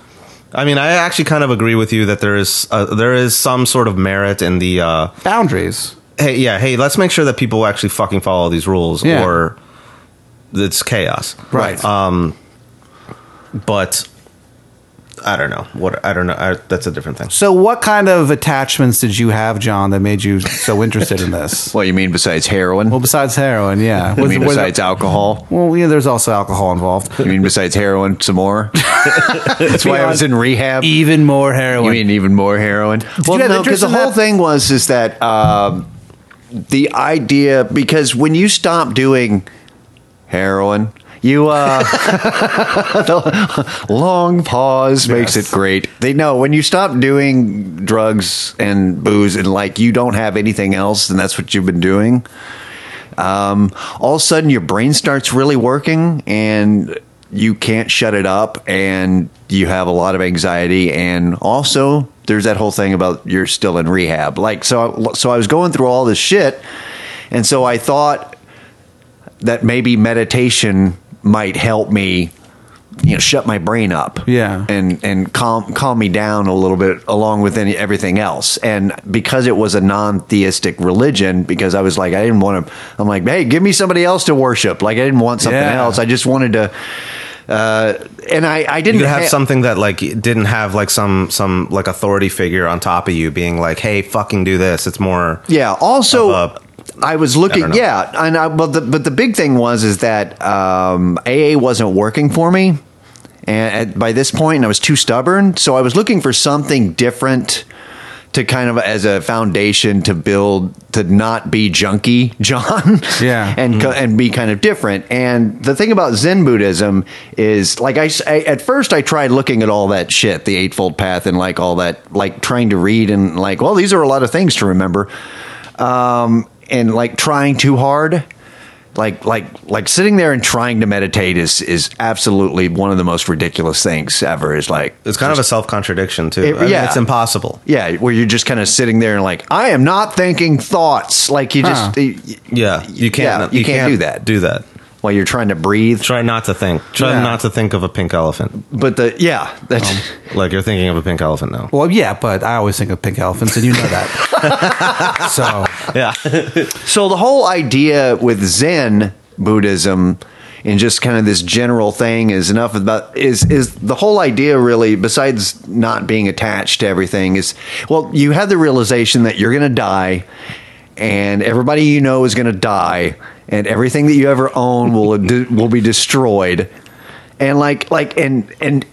Speaker 2: I mean, I actually kind of agree with you that there is uh, there is some sort of merit in the uh,
Speaker 3: boundaries.
Speaker 2: hey, yeah, hey, let's make sure that people actually fucking follow these rules
Speaker 3: Yeah.
Speaker 2: or it's chaos.
Speaker 3: Right. Uh,
Speaker 2: But I don't know. What I don't know. I, that's a different thing.
Speaker 3: so what kind of attachments did you have, John, that made you so interested in this?
Speaker 4: what you mean besides heroin?
Speaker 3: Well, besides heroin, yeah.
Speaker 4: you
Speaker 3: Was-
Speaker 4: mean
Speaker 3: was-
Speaker 4: besides alcohol?
Speaker 3: well, yeah, there's also alcohol involved.
Speaker 4: You mean besides heroin some more? that's why I was in rehab.
Speaker 2: E
Speaker 3: Even more heroin.
Speaker 4: You mean even more heroin? Well,
Speaker 3: have
Speaker 4: no,
Speaker 3: interest
Speaker 4: because the
Speaker 3: in
Speaker 4: whole
Speaker 3: that?
Speaker 4: thing was is that um, the idea because when you stop doing heroin, you uh, the long pause makes it great. They know when you stop doing drugs and booze and like you don't have anything else, and that's what you've been doing. Um, all of a sudden, your brain starts really working, and you can't shut it up, and you have a lot of anxiety, and also there's that whole thing about you're still in rehab. Like so, I, so I was going through all this shit, and so I thought that maybe meditation might help me. You know, shut my brain up,
Speaker 3: Yeah.
Speaker 4: and and calm calm me down a little bit, along with any, everything else. And because it was a non-theistic religion, because I was like, I didn't want to. I'm like, hey, give me somebody else to worship. Like I didn't want something
Speaker 3: Yeah.
Speaker 4: else. I just wanted to. Uh, and I, I
Speaker 2: You
Speaker 4: didn't
Speaker 2: could have
Speaker 4: ha-
Speaker 2: something that like didn't have like some some like authority figure on top of you being like, hey, fucking do this. It's more
Speaker 4: Yeah. Also,
Speaker 2: of
Speaker 4: I was
Speaker 2: I
Speaker 4: looking.
Speaker 2: don't know.
Speaker 4: yeah, and I, but the but the big thing was is that um, AA wasn't working for me, and at, by this point, and I was too stubborn, so I was looking for something different to kind of as a foundation to build to not be junky John
Speaker 3: Yeah.
Speaker 4: and
Speaker 2: Mm-hmm.
Speaker 4: co- and be kind of different and the thing about Zen Buddhism is like I, s- I- at first I tried looking at all that shit the eightfold path and like all that like trying to read and like well these are a lot of things to remember um, and like trying too hard. Like like like sitting there and trying to meditate is is absolutely one of the most ridiculous things ever. Is like
Speaker 2: it's kind of a self contradiction too.
Speaker 4: It-
Speaker 2: I mean,
Speaker 4: yeah.
Speaker 2: it's impossible.
Speaker 4: yeah, where you're just kind of sitting there and like I am not thinking thoughts. Like you just
Speaker 3: Huh.
Speaker 2: Yeah, you can't.
Speaker 4: you, can't, do that
Speaker 2: Do that.
Speaker 4: while you're trying to breathe.
Speaker 2: Try not to think. Try
Speaker 3: Yeah.
Speaker 2: not to think of a pink elephant.
Speaker 4: But the yeah that's
Speaker 2: Like you're thinking of a pink elephant now.
Speaker 3: well, yeah, but I always think of pink elephants, and you know that. so
Speaker 2: Yeah.
Speaker 4: So the whole idea with Zen Buddhism and just kind of this general thing is enough about is is the whole idea really besides not being attached to everything is well you have the realization that you're going to die and everybody you know is going to die and everything that you ever own will will be destroyed and like like and and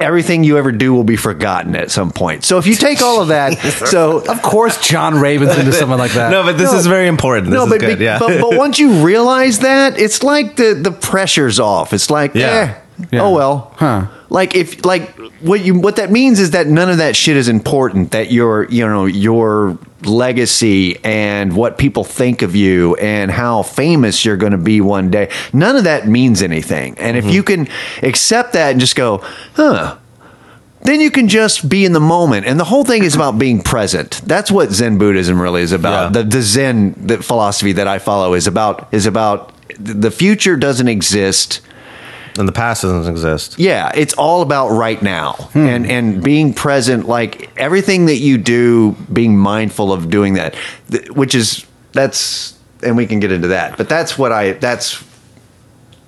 Speaker 4: everything you ever do will be forgotten at some point. So if you take all of that so
Speaker 3: of course, John Raven's into someone like that.
Speaker 2: no, but this is very important. This is
Speaker 4: but,
Speaker 2: good.
Speaker 4: be-
Speaker 2: yeah.
Speaker 4: but but once you realize that, it's like the the pressure's off. It's like
Speaker 2: Yeah.
Speaker 4: yeah.
Speaker 3: Yeah.
Speaker 4: Oh well.
Speaker 3: Huh.
Speaker 4: Like if like what you what that means is that none of that shit is important. That your you know your legacy and what people think of you and how famous you're going to be one day. None of that means anything. And
Speaker 2: Mm-hmm.
Speaker 4: if you can accept that and just go, huh. Then you can just be in the moment, and the whole thing is about being present. That's what Zen Buddhism really is about.
Speaker 2: Yeah.
Speaker 4: The, the Zen the philosophy that I follow is about is about the future doesn't exist.
Speaker 2: and the past doesn't exist.
Speaker 4: Yeah, it's all about right now
Speaker 2: Hmm.
Speaker 4: and and being present. Like everything that you do, being mindful of doing that, th- which is that's and we can get into that. But that's what I that's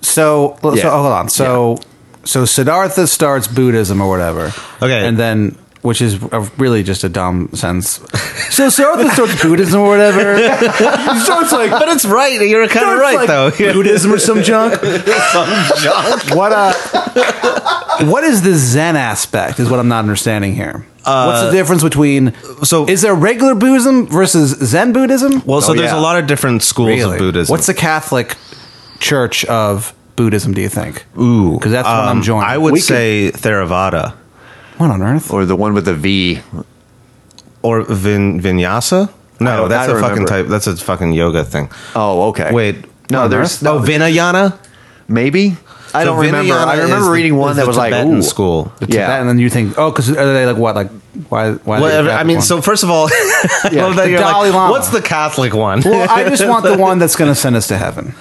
Speaker 3: So, so
Speaker 4: Yeah.
Speaker 3: hold on. So so Siddhartha starts Buddhism or whatever.
Speaker 2: Okay.
Speaker 3: And then which is a, really just a dumb sentence. So Siddhartha starts Buddhism or whatever. He starts like
Speaker 2: But it's right. You're kind of
Speaker 3: starts,
Speaker 2: right
Speaker 3: like,
Speaker 2: though.
Speaker 3: Buddhism or some junk. What uh what is the Zen aspect is what I'm not understanding here. What's the difference between
Speaker 2: Uh, so-
Speaker 3: is there regular Buddhism versus Zen Buddhism?
Speaker 2: Well, so
Speaker 4: Oh,
Speaker 2: there's
Speaker 4: yeah.
Speaker 2: a lot of different schools
Speaker 3: Really?
Speaker 2: of Buddhism.
Speaker 3: What's the Catholic Church of Buddhism? Do you think?
Speaker 2: ooh?
Speaker 3: because that's what I'm
Speaker 2: um,
Speaker 3: joining.
Speaker 2: I would
Speaker 3: We could-
Speaker 2: say Theravada
Speaker 3: what on earth?
Speaker 4: or the one with the V.
Speaker 2: or Vin, Vinyasa.
Speaker 4: I
Speaker 2: No,
Speaker 4: don't- I
Speaker 2: that's a
Speaker 4: don't
Speaker 2: fucking
Speaker 4: remember.
Speaker 2: type. That's a fucking yoga thing.
Speaker 4: Oh, okay.
Speaker 2: Wait,
Speaker 4: no,
Speaker 3: on
Speaker 4: there's
Speaker 3: earth?
Speaker 2: oh
Speaker 4: no
Speaker 2: Vinayana.
Speaker 4: maybe. I
Speaker 2: So
Speaker 4: don't remember.
Speaker 2: Vinayana
Speaker 4: I
Speaker 2: is
Speaker 4: remember
Speaker 2: the-
Speaker 4: reading
Speaker 2: is
Speaker 4: one
Speaker 2: the
Speaker 4: that was like
Speaker 2: Tibetan
Speaker 4: ooh.
Speaker 2: school.
Speaker 4: Yeah,
Speaker 3: That, and then you think, oh, because are they like what? Like why? Why?
Speaker 2: Well,
Speaker 3: they
Speaker 2: I mean,
Speaker 3: Catholic
Speaker 2: so first of all, well, then
Speaker 3: the
Speaker 2: you're like,
Speaker 3: Dalai Lama.
Speaker 2: what's the Catholic one?
Speaker 3: one? well, I just want the one that's going to send us to heaven.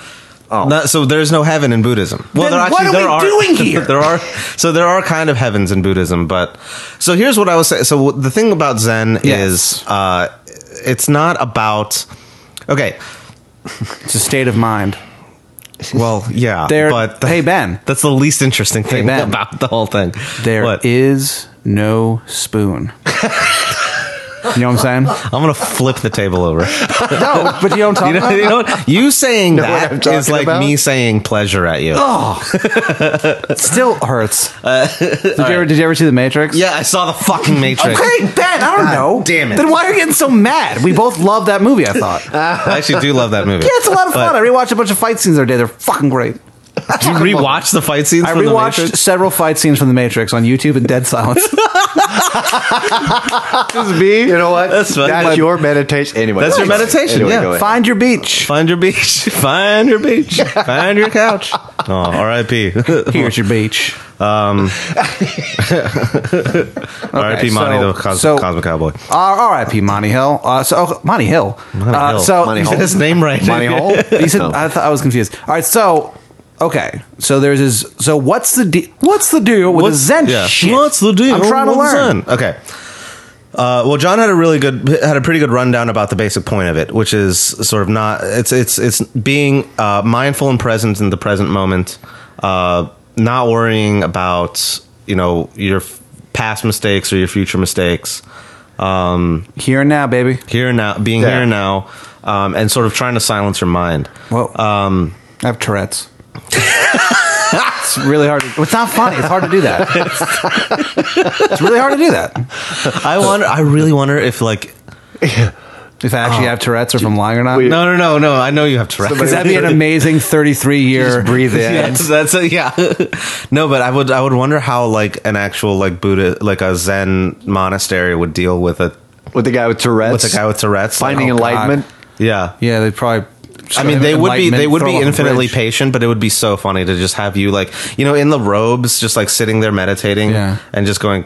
Speaker 4: Oh.
Speaker 2: No, so there's no heaven in Buddhism. Well,
Speaker 3: Then
Speaker 2: there
Speaker 3: what
Speaker 2: actually,
Speaker 3: are
Speaker 2: there
Speaker 3: we
Speaker 2: are,
Speaker 3: doing here?
Speaker 2: there are so there are kind of heavens in Buddhism, but so here's what I was saying. So the thing about Zen
Speaker 3: Yes.
Speaker 2: is uh, it's not about okay.
Speaker 3: It's a state of mind.
Speaker 2: Well, yeah,
Speaker 3: There-
Speaker 2: but
Speaker 3: hey, Ben.
Speaker 2: that's the least interesting thing
Speaker 3: Ben.
Speaker 2: about the whole thing.
Speaker 3: There is
Speaker 2: What?
Speaker 3: no spoon. you know what I'm saying?
Speaker 2: I'm gonna flip the table over.
Speaker 3: No, but you don't talk
Speaker 2: You know,
Speaker 3: about.
Speaker 2: you, know what? You saying
Speaker 4: what I'm
Speaker 2: that
Speaker 4: talking
Speaker 2: is like
Speaker 4: about?
Speaker 2: me saying pleasure at you.
Speaker 3: it still hurts. did you ever? Did you ever see The Matrix?
Speaker 2: Yeah, I saw the fucking Matrix.
Speaker 3: Okay, Ben. I don't know.
Speaker 2: damn it.
Speaker 3: Then why are you getting so mad? We both love that movie. I thought.
Speaker 2: I actually do love that movie.
Speaker 3: Yeah, it's a lot of
Speaker 2: But-
Speaker 3: fun. I rewatched a bunch of fight scenes the other day. They're fucking great.
Speaker 2: Did you rewatch the fight scenes?
Speaker 3: I
Speaker 2: from The
Speaker 3: rewatched
Speaker 2: Matrix?
Speaker 3: several fight scenes from The Matrix on YouTube in dead silence.
Speaker 4: this is V. You know what?
Speaker 2: That's funny. My-
Speaker 4: your meditation. Anyway,
Speaker 2: That's your
Speaker 4: anyway,
Speaker 2: meditation,
Speaker 4: anyway,
Speaker 2: yeah.
Speaker 4: go ahead.
Speaker 3: Find your beach.
Speaker 2: Find your beach. Find your beach. Find your couch. Oh, R.I.P.
Speaker 3: Here's your beach.
Speaker 2: R.I.P. Monty the
Speaker 3: so-
Speaker 2: Cos-
Speaker 3: so-
Speaker 2: Cosmic Cowboy.
Speaker 3: Uh, R.I.P. Monty Hill. Uh, so oh, Monty Hill. uh,
Speaker 2: Hill.
Speaker 3: So
Speaker 4: Monty
Speaker 2: You said
Speaker 4: Hill.
Speaker 2: his name right.
Speaker 4: Money hole.
Speaker 3: He said,
Speaker 4: No.
Speaker 3: I thought I was confused. All right, so okay, so there's this. So what's the de- what's the deal with the Zen
Speaker 2: yeah.
Speaker 3: shit?
Speaker 2: What's the deal?
Speaker 3: I'm trying to
Speaker 2: with
Speaker 3: learn.
Speaker 2: Zen? Okay. Uh, well, John had a really good, had a pretty good rundown about the basic point of it, which is sort of not. It's it's it's being uh, mindful and present in the present moment, uh, not worrying about you know your f- past mistakes or your future mistakes.
Speaker 3: Here and now, baby.
Speaker 2: Here and now, being
Speaker 4: Yeah.
Speaker 2: here and now, um, and sort of trying to silence your mind.
Speaker 3: Whoa. Um, I have Tourette's. it's really hard. To, it's not funny. It's hard to do that. it's really hard to do that.
Speaker 2: I wonder. I really wonder if like.
Speaker 3: If I
Speaker 2: Oh.
Speaker 3: actually have Tourette's or if I'm lying or not.
Speaker 4: Wait.
Speaker 2: No, no, no, no. I know you have Tourette's.
Speaker 3: Because that'd be an amazing 33 year
Speaker 4: breathe in.
Speaker 2: Yes, that's a, yeah. no, but I would I would wonder how like an actual like Buddha like a Zen monastery would deal with a
Speaker 4: With the guy with Tourette's.
Speaker 2: with a guy with Tourette's. like,
Speaker 4: finding
Speaker 2: oh,
Speaker 4: enlightenment.
Speaker 2: yeah.
Speaker 3: Yeah, they probably.
Speaker 2: I mean, they would be they would be
Speaker 3: Throw off a
Speaker 2: infinitely
Speaker 3: bridge.
Speaker 2: patient, but it would be so funny to just have you like you know in the robes, just like sitting there meditating
Speaker 3: Yeah.
Speaker 2: and just going,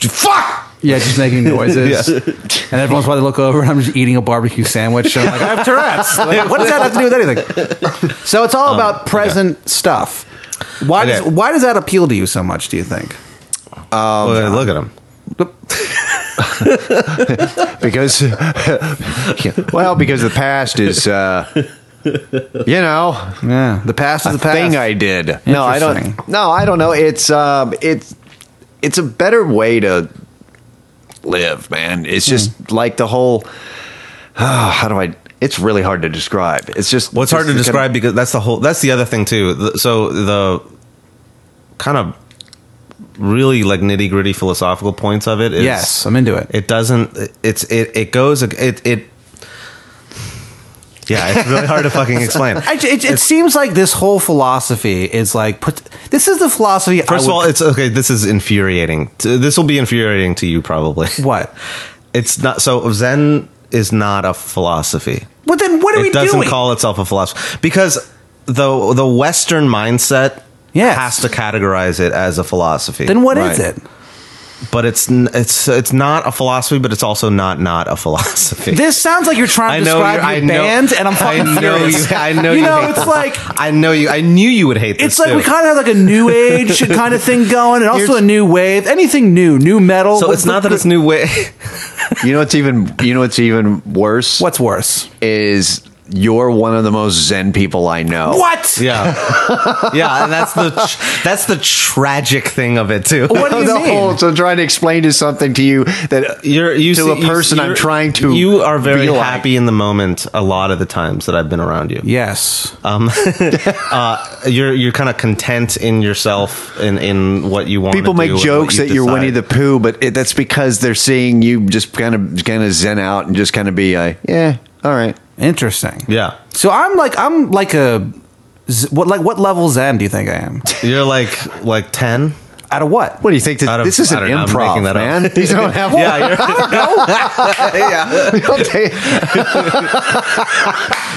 Speaker 2: "Fuck."
Speaker 3: Yeah, just making noises.
Speaker 2: Yeah.
Speaker 3: And every once in a while they look over and I'm just eating a barbecue sandwich. And I'm like, I have Tourette's. Like, what does that have to do with anything? So it's all about present stuff. Why does,
Speaker 2: Um, Okay.
Speaker 3: why does that appeal to you so much, do you think?
Speaker 2: Look- look at him.
Speaker 4: because well because the past is uh you know
Speaker 3: Yeah. The past is
Speaker 4: a
Speaker 3: the past.
Speaker 4: thing i did no i
Speaker 3: Interesting.
Speaker 4: don't no i don't know it's um it's it's a better way to live man it's
Speaker 2: Hmm.
Speaker 4: just like the whole ah, how do i it's really hard to describe it's just
Speaker 2: Well, it's hard to
Speaker 4: just the
Speaker 2: describe
Speaker 4: kind
Speaker 2: because that's the whole. That's the other thing too. The- So the kind of really like nitty gritty philosophical points of it is
Speaker 3: yes, I'm into it.
Speaker 2: it doesn't. It's it it goes it it. Yeah, it's really hard to fucking explain.
Speaker 3: I, it, it seems like this whole philosophy is like put This is the philosophy.
Speaker 2: First of all, it's okay. This is infuriating. T- This will be infuriating to you probably.
Speaker 3: what?
Speaker 2: It's not so Zen is not a philosophy.
Speaker 3: Well, then what are we
Speaker 2: it doesn't
Speaker 3: doing?
Speaker 2: call itself a philosophy because the the Western mindset
Speaker 3: Yes.
Speaker 2: has to categorize it as a philosophy.
Speaker 3: then what is
Speaker 4: Right.
Speaker 3: it?
Speaker 2: But it's n- it's it's not a philosophy, but it's also not not a philosophy.
Speaker 3: This sounds like you're trying to describe
Speaker 2: I
Speaker 3: your band, and I'm fucking
Speaker 2: I know
Speaker 3: furious.
Speaker 2: you. I know
Speaker 3: you.
Speaker 2: you.
Speaker 3: know,
Speaker 2: hate
Speaker 3: it's
Speaker 2: this.
Speaker 3: like
Speaker 2: I know you. I knew you would hate this.
Speaker 3: it's like we
Speaker 2: too.
Speaker 3: kind of have like a new age kind of thing going, and also a new wave. Anything new, new metal.
Speaker 2: So
Speaker 3: What's
Speaker 2: it's not
Speaker 3: the-
Speaker 2: that it's new way.
Speaker 4: You know what's even you know what's even worse
Speaker 3: What's worse?
Speaker 4: is you're one of the most zen people I know.
Speaker 3: What?
Speaker 2: yeah, yeah, and that's the tr- that's the tragic thing of it too.
Speaker 3: What do you
Speaker 4: The
Speaker 3: mean?
Speaker 4: whole- so I'm trying to explain to something to you that
Speaker 2: You're you
Speaker 4: to
Speaker 2: see-
Speaker 4: a person
Speaker 2: you,
Speaker 4: I'm
Speaker 2: you're-
Speaker 4: trying to
Speaker 2: You are very
Speaker 4: be like.
Speaker 2: happy in the moment. A lot of the times that I've been around you,
Speaker 3: Yes.
Speaker 2: you're you're kind of content in yourself in in what you want.
Speaker 4: people
Speaker 2: to do
Speaker 4: make
Speaker 2: and
Speaker 4: jokes
Speaker 2: what
Speaker 4: that you're
Speaker 2: decide.
Speaker 4: Winnie the Pooh, but it, that's because they're seeing you just kind of kind of zen out and just kind of be like, yeah, all right.
Speaker 3: Interesting.
Speaker 2: Yeah,
Speaker 3: So I'm like I'm like a z- what like what level Zen do you think I am?
Speaker 2: you're like like ten.
Speaker 3: Out of what?
Speaker 4: What do you think? That,
Speaker 2: Out of-
Speaker 4: this is
Speaker 2: I
Speaker 4: an
Speaker 2: don't know, I'm
Speaker 4: improv,
Speaker 2: making that up.
Speaker 4: man. These don't have.
Speaker 2: Yeah, you're,
Speaker 4: they don't take-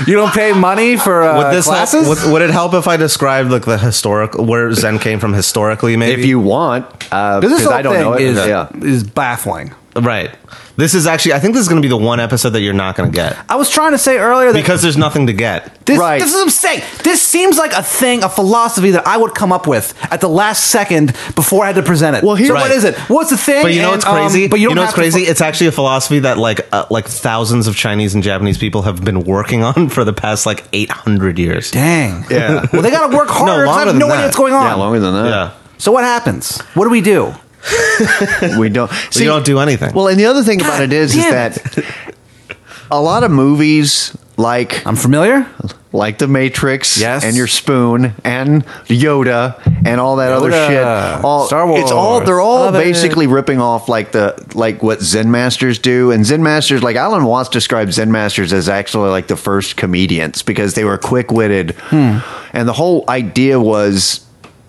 Speaker 3: You don't pay money for uh,
Speaker 2: would this help,
Speaker 3: classes?
Speaker 2: would, would it help if I described like the historic where Zen came from historically? Maybe
Speaker 4: if you want, uh,
Speaker 3: this
Speaker 4: because
Speaker 3: whole
Speaker 4: I don't
Speaker 3: thing
Speaker 4: know it.
Speaker 3: is
Speaker 4: yeah.
Speaker 3: is baffling.
Speaker 2: right. This is actually I think this is going to be the one episode that you're not going to get
Speaker 3: I was trying to say earlier that
Speaker 2: because there's nothing to get.
Speaker 3: This,
Speaker 4: Right.
Speaker 3: this is what I'm saying. This seems like a thing, a philosophy that I would come up with at the last second before I had to present it.
Speaker 4: Well, here's-
Speaker 3: so what
Speaker 2: Right.
Speaker 3: is it? What's the thing?
Speaker 2: But you know
Speaker 3: And,
Speaker 2: what's
Speaker 3: um,
Speaker 2: crazy?
Speaker 3: but you, don't
Speaker 2: know
Speaker 3: have
Speaker 2: what's
Speaker 3: to-
Speaker 2: crazy? It's actually a philosophy that like uh, like thousands of Chinese and Japanese people have been working on for the past like 800 years.
Speaker 3: Dang.
Speaker 4: Yeah.
Speaker 3: Well, they got to work harder. 'cause I
Speaker 2: longer
Speaker 3: have
Speaker 2: than
Speaker 3: no
Speaker 2: that.
Speaker 3: idea what's going on.
Speaker 4: Yeah, longer than that.
Speaker 2: Yeah.
Speaker 3: so what happens? What do we do?
Speaker 4: We don't. See,
Speaker 2: you don't do anything.
Speaker 4: Well, and the other thing
Speaker 3: God
Speaker 4: about it is, is
Speaker 3: damn
Speaker 4: that a lot of movies like
Speaker 3: I'm familiar.
Speaker 4: like The Matrix,
Speaker 3: Yes.
Speaker 4: and your spoon, and Yoda, and all that other
Speaker 3: Yoda,
Speaker 4: shit. All
Speaker 3: Star Wars,
Speaker 4: It's all they're all
Speaker 3: love it.
Speaker 4: basically ripping off like the like what Zen masters do, and Zen masters like Alan Watts describes Zen masters as actually like the first comedians because they were quick witted,
Speaker 3: Hmm.
Speaker 4: and the whole idea was.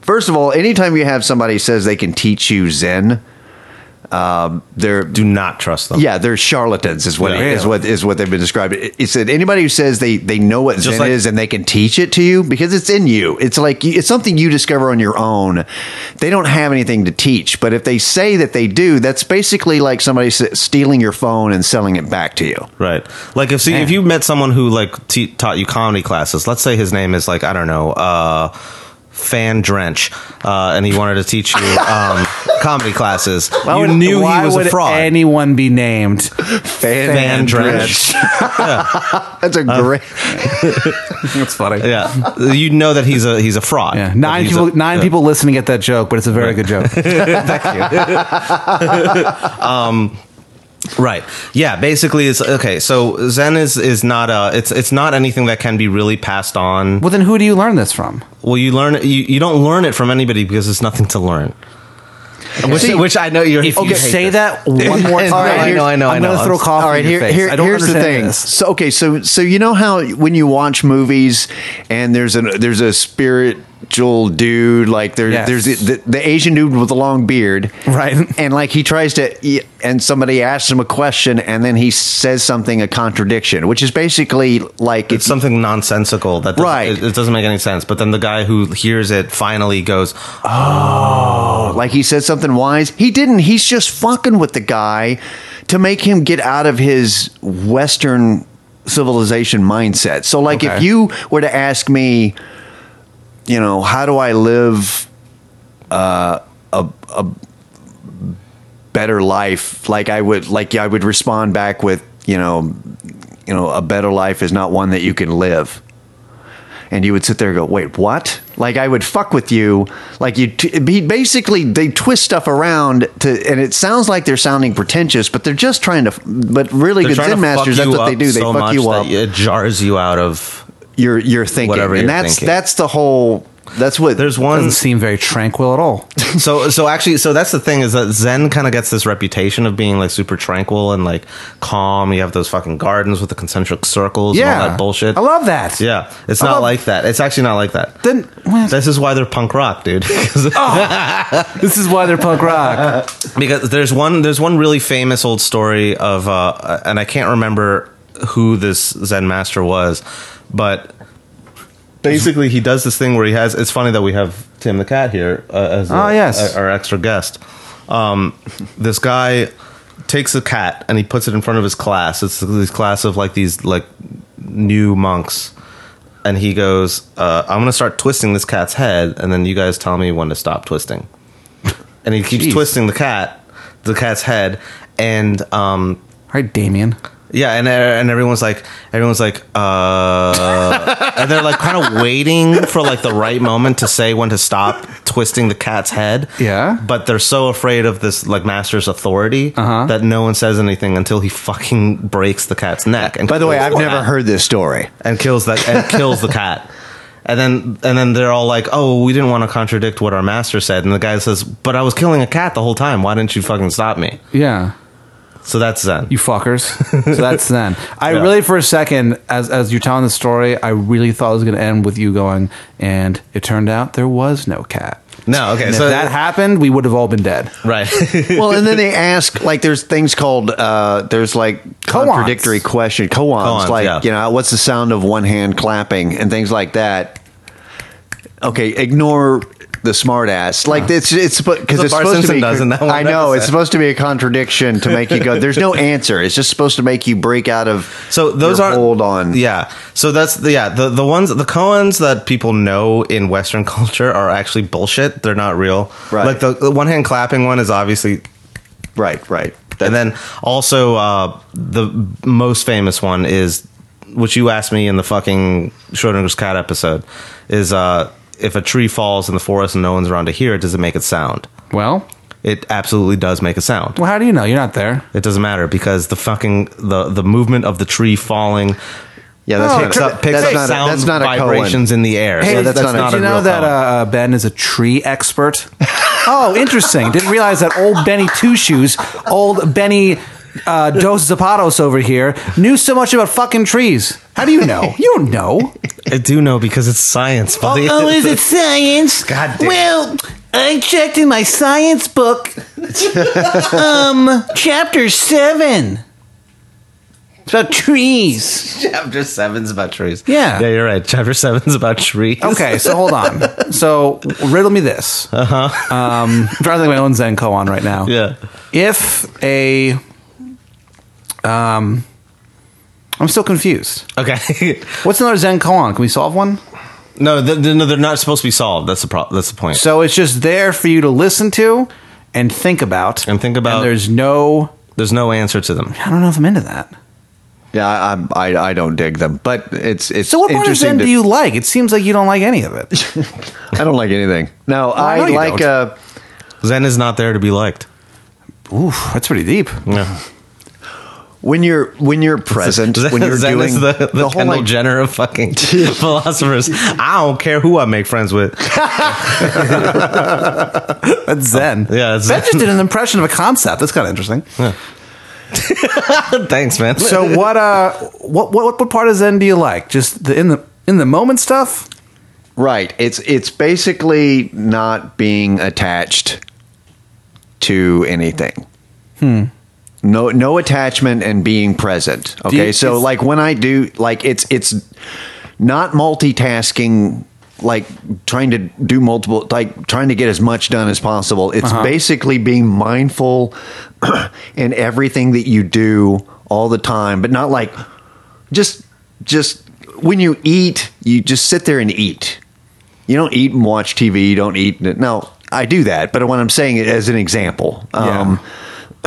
Speaker 4: First of all, anytime you have somebody says they can teach you Zen, um, they're
Speaker 2: Do not trust them.
Speaker 4: yeah, they're charlatans is what
Speaker 2: Yeah.
Speaker 4: is what is what they've been described. It- It's that anybody who says they they know what Zen
Speaker 2: like-
Speaker 4: is and they can teach it to you because it's in you. It's like you, it's something you discover on your own. They don't have anything to teach, but if they say that they do, that's basically like somebody s- stealing your phone and selling it back to you.
Speaker 2: Right. Like if see, if you met someone who like te taught you comedy classes, let's say his name is like I don't know, uh Fan Drench, uh, and he wanted to teach you um, comedy classes. you
Speaker 3: would-
Speaker 2: knew
Speaker 3: why
Speaker 2: he was
Speaker 3: would
Speaker 2: a fraud.
Speaker 3: Anyone be named?
Speaker 4: Fan,
Speaker 2: Fan Uh, Drench.
Speaker 4: That's a great.
Speaker 3: That's funny.
Speaker 2: yeah, you know that he's a he's a fraud.
Speaker 3: Yeah.
Speaker 2: That
Speaker 3: Nine
Speaker 2: he's
Speaker 3: people.
Speaker 2: a- uh,
Speaker 3: nine
Speaker 2: yeah.
Speaker 3: people listening at that joke, but it's a very good joke.
Speaker 2: Right. Yeah. Basically, it's okay. So Zen is is not a. It's it's not anything that can be really passed on.
Speaker 3: well, then who do you learn this from?
Speaker 2: Well, you learn you, you don't learn it from anybody because it's nothing to learn. Which,
Speaker 4: See,
Speaker 2: which I know you're.
Speaker 3: If you
Speaker 2: hate
Speaker 3: say
Speaker 2: this.
Speaker 3: that one more time,
Speaker 4: All right,
Speaker 2: I know, I know, I
Speaker 3: I'm
Speaker 2: know.
Speaker 3: gonna throw
Speaker 2: I'm-
Speaker 3: coffee
Speaker 4: All right,
Speaker 3: in
Speaker 4: here,
Speaker 3: your face.
Speaker 4: here,
Speaker 3: I don't
Speaker 4: here's the
Speaker 3: understand
Speaker 4: thing.
Speaker 3: this.
Speaker 4: So okay, so so you know how when you watch movies and there's a there's a spiritual dude like there
Speaker 3: Yes.
Speaker 4: there's the, the, the Asian dude with the long beard,
Speaker 3: Right.
Speaker 4: And like he tries to, eat- and somebody asks him a question, and then he says something a contradiction, which is basically like
Speaker 2: it's something nonsensical that doesn't,
Speaker 4: Right.
Speaker 2: it, it doesn't make any sense. But then the guy who hears it finally goes,
Speaker 4: like he said something wise. He didn't. He's just fucking with the guy to make him get out of his Western civilization mindset. So, like, if
Speaker 3: Okay.
Speaker 4: you were to ask me, you know, how do I live uh, a a better life? Like, I would like I would respond back with, you know, you know, a better life is not one that you can live and you would sit there and go, "Wait, what?" Like I would fuck with you, like you. T- be- basically, they twist stuff around to, and it sounds like they're sounding pretentious, but they're just trying to. But really
Speaker 2: "They're
Speaker 4: good
Speaker 2: trying
Speaker 4: Zen
Speaker 2: to fuck
Speaker 4: masters, that's
Speaker 2: you
Speaker 4: what they
Speaker 2: up
Speaker 4: do. They
Speaker 2: so
Speaker 4: fuck
Speaker 2: much
Speaker 4: you
Speaker 2: that
Speaker 4: up.
Speaker 2: It jars you out of
Speaker 4: You're you're thinking,
Speaker 2: Whatever
Speaker 4: and
Speaker 2: you're
Speaker 4: that's
Speaker 2: thinking.
Speaker 4: that's the whole That's what
Speaker 2: There's one
Speaker 3: Doesn't seem very tranquil at all.
Speaker 2: so so actually so that's the thing is that zen kind of gets this reputation of being like super tranquil and like calm you have those fucking gardens with the concentric circles and all that bullshit
Speaker 3: I love that.
Speaker 2: yeah it's
Speaker 3: I
Speaker 2: not
Speaker 3: love-
Speaker 2: like that it's actually not like that
Speaker 3: Then well,
Speaker 2: this is why they're punk rock dude 'Cause-
Speaker 3: this is why they're punk rock.
Speaker 2: because there's one there's one really famous old story of uh and i can't remember who this zen master was but basically he does this thing where he has it's funny that we have tim the cat here uh, as a-
Speaker 3: Ah, yes.
Speaker 2: our extra guest um this guy takes a cat and he puts it in front of his class it's this class of like these like new monks and he goes uh, i'm gonna start twisting this cat's head and then you guys tell me when to stop twisting and he keeps
Speaker 3: Jeez.
Speaker 2: twisting the cat, the cat's head, and um,
Speaker 3: All right, Damien.
Speaker 2: yeah, and and everyone's like, everyone's like, uh, and they're like kind of waiting for like the right moment to say when to stop twisting the cat's head.
Speaker 3: Yeah.
Speaker 2: but they're so afraid of this like master's authority
Speaker 3: Uh-huh.
Speaker 2: that no one says anything until he fucking breaks the cat's neck. And
Speaker 4: By the way,
Speaker 2: kills
Speaker 4: I've never
Speaker 2: cat
Speaker 4: heard this story.
Speaker 2: and kills that and kills the cat. And then and then they're all like, "Oh, we didn't want to contradict what our master said." And the guy says, "But I was killing a cat the whole time. Why didn't you fucking stop me?"
Speaker 3: Yeah.
Speaker 2: So that's Zen.
Speaker 3: You fuckers. So that's then. I
Speaker 2: Yeah.
Speaker 3: really, for a second, as as you're telling the story, I really thought it was going to end with you going, and it turned out there was no cat.
Speaker 2: no, okay.
Speaker 3: And
Speaker 2: So
Speaker 3: if that happened, we would have all been dead.
Speaker 2: right.
Speaker 4: well, and then they ask like there's things called uh, there's like
Speaker 3: Koans.
Speaker 4: contradictory question koans,
Speaker 2: Koans,
Speaker 4: like
Speaker 2: yeah.
Speaker 4: you know what's the sound of one hand clapping and things like that. Okay, ignore the smart ass. Like it's it's because
Speaker 2: So
Speaker 4: it's
Speaker 2: Bart
Speaker 4: supposed
Speaker 2: Simpson
Speaker 4: to be.
Speaker 2: does in that one
Speaker 4: I know
Speaker 2: episode.
Speaker 4: it's supposed to be a contradiction to make you go. There's no answer. It's just supposed to make you break out of
Speaker 2: So those
Speaker 4: your
Speaker 2: are
Speaker 4: hold on.
Speaker 2: Yeah. So that's the yeah the the ones the Cohens that people know in Western culture are actually bullshit. They're not real.
Speaker 4: Right.
Speaker 2: Like the, the one hand clapping one is obviously
Speaker 4: right, right.
Speaker 2: and then also uh, the most famous one is which you asked me in the fucking Schrodinger's cat episode is uh, if a tree falls in the forest and no one's around to hear it, does it make a sound?
Speaker 3: Well,
Speaker 2: It absolutely does make a sound.
Speaker 3: well, how do you know you're not there?
Speaker 2: It doesn't matter because the fucking the the movement of the tree falling
Speaker 4: Yeah, that's
Speaker 3: Oh,
Speaker 4: not,
Speaker 2: picks up picks
Speaker 4: that's
Speaker 2: up
Speaker 4: not a-
Speaker 2: sound
Speaker 4: that's not a koan.
Speaker 2: vibrations in the air. So
Speaker 4: Hey, that's
Speaker 2: that's,
Speaker 4: not a-
Speaker 2: not a
Speaker 3: Did you know
Speaker 2: real
Speaker 3: that uh,
Speaker 2: sound.
Speaker 3: uh, Ben is a tree expert? oh, interesting. Didn't realize that old Benny Two Shoes, old Benny uh, Dos Zapatos over here, knew so much about fucking trees. How do you know? You don't know.
Speaker 4: uh,
Speaker 2: I do know because it's science.
Speaker 3: Oh,
Speaker 2: buddy.
Speaker 3: oh, is it science?
Speaker 2: God damn.
Speaker 3: Well, I checked in my science book, um, chapter seven. It's about trees.
Speaker 2: Chapter seven's about trees.
Speaker 3: Yeah.
Speaker 2: yeah, you're right. Chapter seven's about trees.
Speaker 3: Okay, so hold on. So riddle me this. Uh huh. Um, I'm trying to think of my own Zen koan right now.
Speaker 2: Uh-huh. Yeah.
Speaker 3: If a, um, I'm still confused.
Speaker 2: Okay.
Speaker 3: What's another Zen koan? Can we solve one?
Speaker 2: No, th- th- no, they're not supposed to be solved. That's the pro- That's the point.
Speaker 3: So it's just there for you to listen to and think about.
Speaker 2: And think about-
Speaker 3: there's no.
Speaker 2: There's no answer to them.
Speaker 3: I don't know if I'm into that.
Speaker 4: Yeah, I, I'm- I I don't dig them, but it's it's
Speaker 3: So what part of
Speaker 4: interesting
Speaker 3: Zen
Speaker 4: to-
Speaker 3: do you like? It seems like you don't like any of it.
Speaker 4: I don't like anything. No,
Speaker 3: I
Speaker 4: I,
Speaker 3: know you
Speaker 4: like.
Speaker 3: don't.
Speaker 4: Uh,
Speaker 2: Zen is not there to be liked.
Speaker 3: Oof, that's pretty deep.
Speaker 2: Yeah.
Speaker 4: when you're when you're present
Speaker 2: Zen,
Speaker 4: when you're
Speaker 2: Zen
Speaker 4: doing
Speaker 2: is the, the,
Speaker 4: whole,
Speaker 2: Kendall
Speaker 4: like-
Speaker 2: Jenner of fucking philosophers. I don't care who I make friends with.
Speaker 3: That's Zen.
Speaker 2: Oh, Yeah, it's
Speaker 3: Zen just
Speaker 2: Zen.
Speaker 3: did an impression of a concept. That's kind of interesting.
Speaker 2: Thanks, man.
Speaker 3: So what? Uh, what, what what part of Zen do you like? Just the in the in the moment stuff.
Speaker 4: right it's it's basically not being attached to anything
Speaker 3: Hmm.
Speaker 4: no no attachment and being present
Speaker 3: you-
Speaker 4: okay so
Speaker 3: it's-
Speaker 4: like when i do like it's it's not multitasking like trying to do multiple like trying to get as much done as possible it's basically being mindful in everything that you do all the time but not like just just when you eat you just sit there and eat you don't eat and watch tv you don't eat and no i do that but what i'm saying is as an example
Speaker 3: Yeah.
Speaker 4: um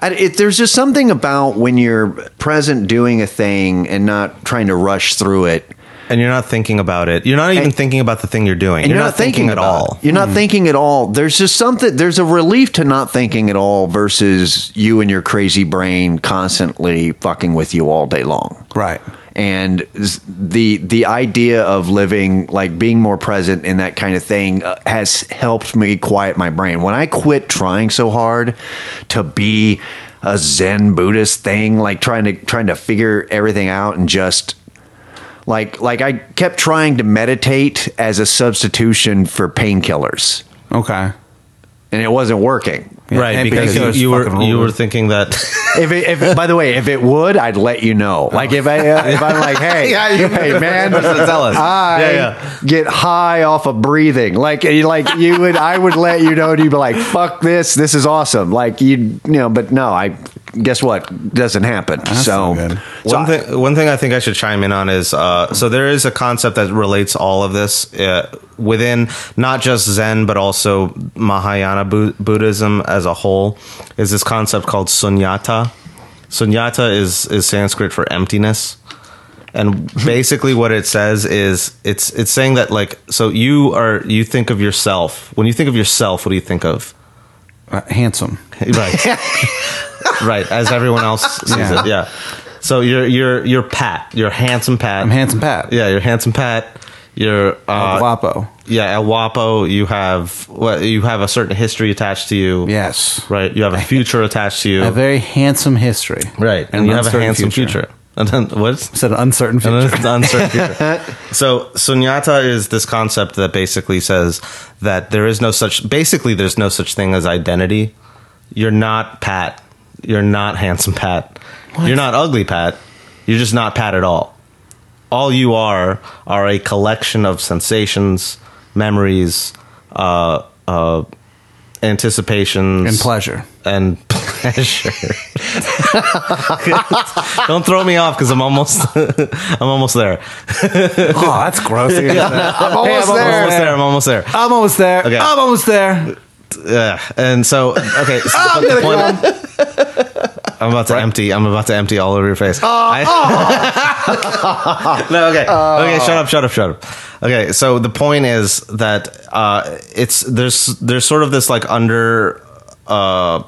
Speaker 4: I, it, there's just something about when you're present doing a thing and not trying to rush through it.
Speaker 2: and you're not thinking about it. You're not even
Speaker 4: And-
Speaker 2: thinking about the thing you're doing.
Speaker 4: And
Speaker 2: you're, not thinking, at
Speaker 4: about
Speaker 2: all. Mm-hmm.
Speaker 4: it. You're not thinking at all. There's just something, there's a relief to not thinking at all versus you and your crazy brain constantly fucking with you all day long.
Speaker 3: Right.
Speaker 4: and s- the the idea of living like being more present in that kind of thing uh, has helped me quiet my brain. When I quit trying so hard to be a Zen Buddhist thing, like trying to trying to figure everything out and just like like I kept trying to meditate as a substitution for painkillers,
Speaker 3: Okay.
Speaker 4: and it wasn't working.
Speaker 2: right?
Speaker 3: and
Speaker 2: because you,
Speaker 3: because
Speaker 2: you
Speaker 3: fucking
Speaker 2: were
Speaker 3: ruled
Speaker 2: you were
Speaker 3: it.
Speaker 2: thinking that
Speaker 4: If, it, if by the way, if it would, I'd let you know. Like if I uh, if I'm like, hey,
Speaker 2: Yeah, you-
Speaker 4: hey man,
Speaker 2: That's what they tell us.
Speaker 4: I
Speaker 2: Yeah, yeah.
Speaker 4: get high off of breathing. Like you- like you would, I would let you know. And you'd be like, fuck this, this is awesome. Like you, you know, but no, I guess what doesn't happen. so
Speaker 3: not good.
Speaker 4: so
Speaker 2: one thing, one thing I think I should chime in on is uh, so there is a concept that relates all of this uh, within not just Zen but also Mahayana Bu- Buddhism as a whole. Is this concept called sunyata? Sunyata is is Sanskrit for emptiness, and basically what it says is it's it's saying that like so you are you think of yourself when you think of yourself what do you think of
Speaker 3: Uh, handsome.
Speaker 2: right right as everyone else sees
Speaker 3: Yeah.
Speaker 2: it yeah so you're you're you're pat you're handsome pat
Speaker 3: I'm handsome Pat.
Speaker 2: yeah you're handsome pat you're uh
Speaker 3: Guapo.
Speaker 2: yeah at wapo you have well, you have a certain history attached to you
Speaker 3: Yes.
Speaker 2: right you have a future attached to you
Speaker 3: A very handsome history.
Speaker 2: right and you have a
Speaker 3: uncertain
Speaker 2: handsome future, and then what's
Speaker 3: It's an uncertain future.
Speaker 2: and it's uncertain future. so sunyata is this concept that basically says that there is no such basically there's no such thing as identity you're not pat you're not handsome pat you're not ugly pat you're just not pat at all all you are are a collection of sensations memories uh uh anticipations
Speaker 3: And pleasure.
Speaker 2: and pleasure. Don't throw me off because I'm almost, I'm almost there.
Speaker 3: oh, that's gross. I'm
Speaker 4: almost
Speaker 2: I'm almost there. I'm almost there.
Speaker 3: I'm almost there.
Speaker 2: Okay.
Speaker 3: I'm almost there.
Speaker 2: Yeah. And so, okay. So the- the point- I'm about to empty. I'm about to empty all over your face. I- no, okay,
Speaker 4: Oh.
Speaker 2: okay. Shut up, shut up, shut up. Okay, so the point is that uh, it's there's there's sort of this like under uh,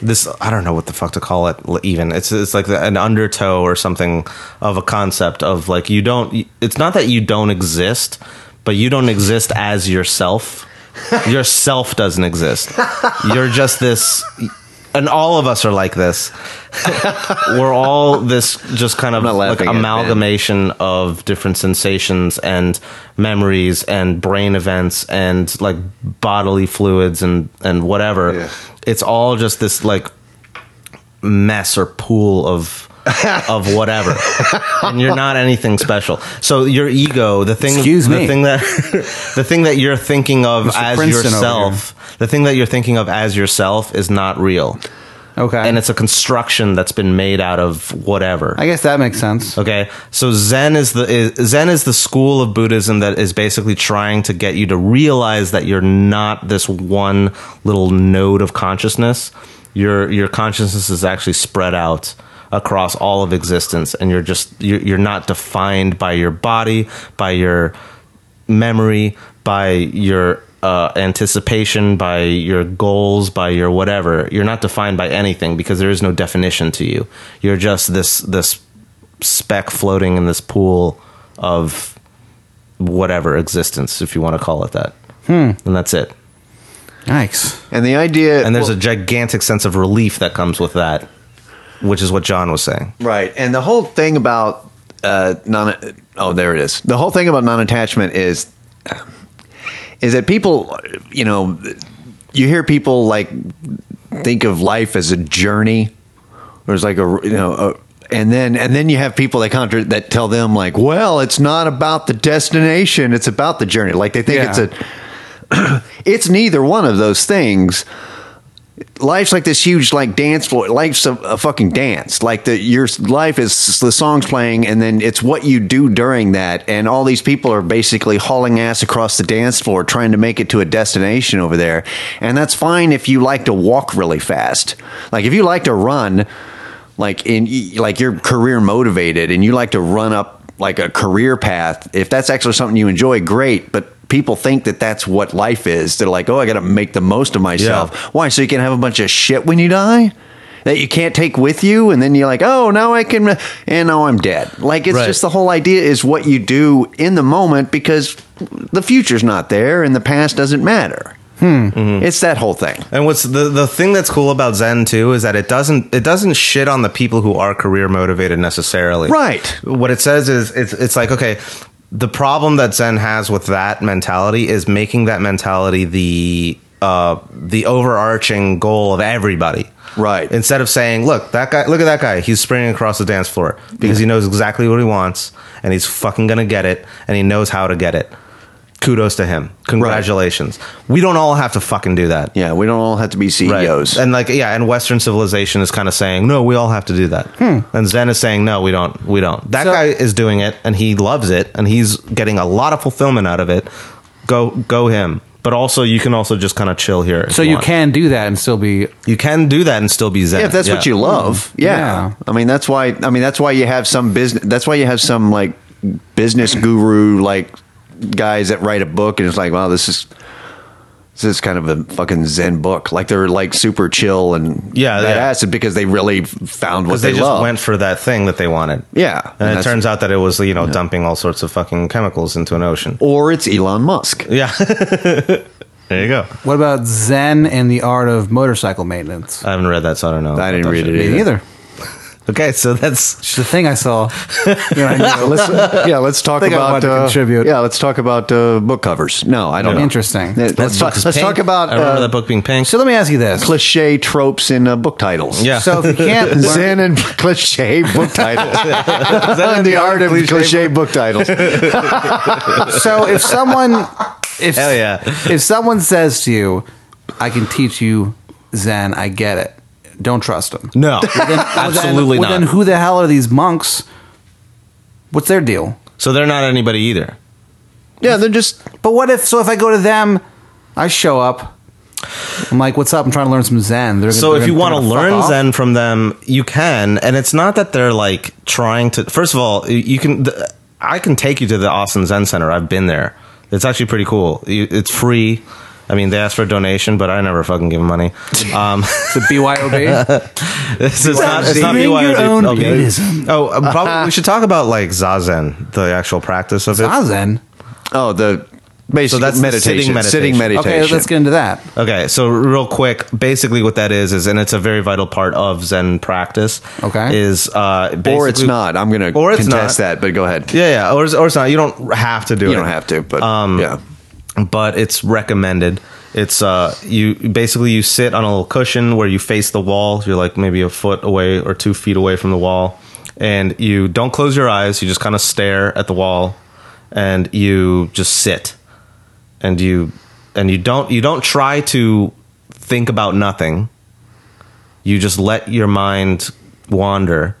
Speaker 2: this I don't know what the fuck to call it l- even it's it's like the, an undertow or something of a concept of like you don't it's not that you don't exist but you don't exist as yourself yourself doesn't exist you're just this and all of us are like this we're all this just kind of
Speaker 4: not
Speaker 2: like
Speaker 4: laughing at Ben.
Speaker 2: amalgamation of different sensations and memories and brain events and like bodily fluids and and whatever
Speaker 4: Yeah.
Speaker 2: it's all just this like mess or pool of of whatever and you're not anything special so your ego the thing
Speaker 3: Excuse
Speaker 2: the
Speaker 3: me.
Speaker 2: thing that the thing that you're thinking of as
Speaker 3: Princeton over
Speaker 2: yourself the thing that you're thinking of as yourself is not real
Speaker 3: Okay.
Speaker 2: and it's a construction that's been made out of whatever
Speaker 3: I guess that makes sense.
Speaker 2: Okay, so Zen is the is, Zen is the school of Buddhism that is basically trying to get you to realize that you're not this one little node of consciousness. Your your consciousness is actually spread out across all of existence, and you're just you're, you're not defined by your body, by your memory, by your uh, anticipation, by your goals, by your whatever. You're not defined by anything because there is no definition to you. You're just this this speck floating in this pool of whatever existence, if you want to call it that. And that's it.
Speaker 3: Yikes.
Speaker 4: and the idea
Speaker 2: And there's a gigantic sense of relief that comes with that, which is what John was saying.
Speaker 4: Right. And the whole thing about uh, non oh there it is. The whole thing about non-attachment is um, is that people you know you hear people like think of life as a journey there's like a you know a, and then and then you have people that contra- that tell them like well it's not about the destination it's about the journey like they think
Speaker 3: Yeah.
Speaker 4: it's a it's neither one of those things life's like this huge like dance floor life's a, a fucking dance like the your life is the songs playing and then it's what you do during that and all these people are basically hauling ass across the dance floor trying to make it to a destination over there and that's fine if you like to walk really fast like if you like to run like in like you're career motivated and you like to run up like a career path if that's actually something you enjoy great but people think that that's what life is they're like oh i gotta make the most of myself
Speaker 2: Yeah.
Speaker 4: why so you can have a bunch of shit when you die that you can't take with you, and then you're like, oh, now I can, and now I'm dead. Like it's
Speaker 2: Right.
Speaker 4: just the whole idea is what you do in the moment because the future's not there and the past doesn't matter.
Speaker 2: Hmm.
Speaker 4: It's that whole thing.
Speaker 2: And what's the the thing that's cool about Zen too is that it doesn't it doesn't shit on the people who are career motivated necessarily.
Speaker 4: Right.
Speaker 2: What it says is it's it's like okay, the problem that Zen has with that mentality is making that mentality the uh the overarching goal of everybody.
Speaker 4: Right.
Speaker 2: Instead of saying, look, that guy look at that guy, he's sprinting across the dance floor because he knows exactly what he wants and he's fucking going to get it and he knows how to get it. Kudos to him. Congratulations. We don't all have to fucking do that.
Speaker 4: Yeah, we don't all have to be E
Speaker 2: Right.
Speaker 4: CEOs.
Speaker 2: And like yeah, and Western civilization is kind of saying, no, we all have to do that. And Zen is saying, no, we don't. We don't. That
Speaker 3: So-
Speaker 2: guy is doing it, and he loves it, and he's getting a lot of fulfillment out of it. Go, go him. But also, you can also just kind of chill here. if
Speaker 3: So you
Speaker 2: want.
Speaker 3: can do that and still be
Speaker 2: you can do that and still be Zen.
Speaker 4: Yeah, if that's what you love. Yeah.
Speaker 3: Yeah.
Speaker 4: I mean, that's why. I mean, that's why you have some business. That's why you have some like business guru like guys that write a book, and it's like, wow, this is this is kind of a fucking Zen book. Like they're like super chill and
Speaker 2: Yeah, yeah.
Speaker 4: badass because they really found what
Speaker 2: Because
Speaker 4: they,
Speaker 2: they, just
Speaker 4: love.
Speaker 2: went for that thing that they wanted.
Speaker 4: Yeah, and
Speaker 2: and, it
Speaker 4: that's-
Speaker 2: turns out that it was you know dumping all sorts of fucking chemicals into an ocean.
Speaker 4: or it's Elon Musk.
Speaker 2: Yeah. there you go.
Speaker 3: What about Zen and the art of motorcycle maintenance?
Speaker 2: I haven't read that, so I don't know.
Speaker 4: I didn't read it
Speaker 3: Me
Speaker 4: either.
Speaker 3: neither.
Speaker 2: Okay, so that's
Speaker 3: It's the thing I saw. You know, I knew.
Speaker 4: let's, yeah, let's talk
Speaker 3: Think I
Speaker 4: about
Speaker 3: want to
Speaker 4: uh,
Speaker 3: contribute.
Speaker 4: Yeah, let's talk about uh, book covers. No, I don't. know.
Speaker 3: Interesting.
Speaker 4: Yeah, Let's,
Speaker 2: that
Speaker 4: talk,
Speaker 2: book is
Speaker 4: let's
Speaker 2: pink.
Speaker 4: talk about
Speaker 2: I remember
Speaker 4: uh,
Speaker 2: that book being pink.
Speaker 3: So let me ask you this.
Speaker 4: cliche tropes in uh, book titles.
Speaker 2: Yeah.
Speaker 3: So if you can't learn,
Speaker 4: Zen and cliche book titles. and the art of cliche book titles.
Speaker 3: so if someone if
Speaker 2: Hell yeah.
Speaker 3: if someone says to you, "I can teach you Zen," I get it. Don't trust them.
Speaker 2: No,
Speaker 3: Well, then-
Speaker 2: absolutely
Speaker 3: well,
Speaker 2: not.
Speaker 3: Then who the hell are these monks? What's their deal?
Speaker 2: so they're not anybody either.
Speaker 4: Yeah, they're just
Speaker 3: But what if? So if I go to them, I show up. I'm like, "What's up? I'm trying to learn some Zen." They're,
Speaker 2: So
Speaker 3: they're
Speaker 2: if you
Speaker 3: gonna-
Speaker 2: want to
Speaker 3: they're gonna fuck
Speaker 2: learn
Speaker 3: off?
Speaker 2: Zen from them, you can, and it's not that they're like trying to. First of all, you can. th- I can take you to the Austin Zen Center. I've been there. It's actually pretty cool. You- It's free. I mean, they ask for a donation, but I never fucking give them money. Um,
Speaker 3: it's a BYOB.
Speaker 2: it's, it's not, it's not
Speaker 3: Bring your
Speaker 2: BYOD.
Speaker 3: own
Speaker 2: Okay.
Speaker 3: Buddhism.
Speaker 2: Oh, uh, probably we should talk about like zazen, the actual practice of it.
Speaker 3: Ah, Zen.
Speaker 4: oh the basic
Speaker 2: So that's the
Speaker 4: meditation,
Speaker 2: sitting meditation.
Speaker 4: sitting meditation.
Speaker 3: Okay, let's get into that.
Speaker 2: Okay, so real quick, basically what that is is, and it's a very vital part of Zen practice.
Speaker 3: Okay.
Speaker 2: is uh,
Speaker 4: or
Speaker 2: basically-
Speaker 4: it's not. I'm going to
Speaker 2: Or it's
Speaker 4: contest
Speaker 2: not.
Speaker 4: that, but go ahead.
Speaker 2: Yeah, Um, yeah, or it's, or it's not. You don't have to do it.
Speaker 4: You don't have to, but yeah.
Speaker 2: but it's recommended. It's uh, you basically you sit on a little cushion where you face the wall. You're like maybe a foot away or two feet away from the wall, and you don't close your eyes. You just kind of stare at the wall, and you just sit, and you and you don't you don't try to think about nothing. You just let your mind wander,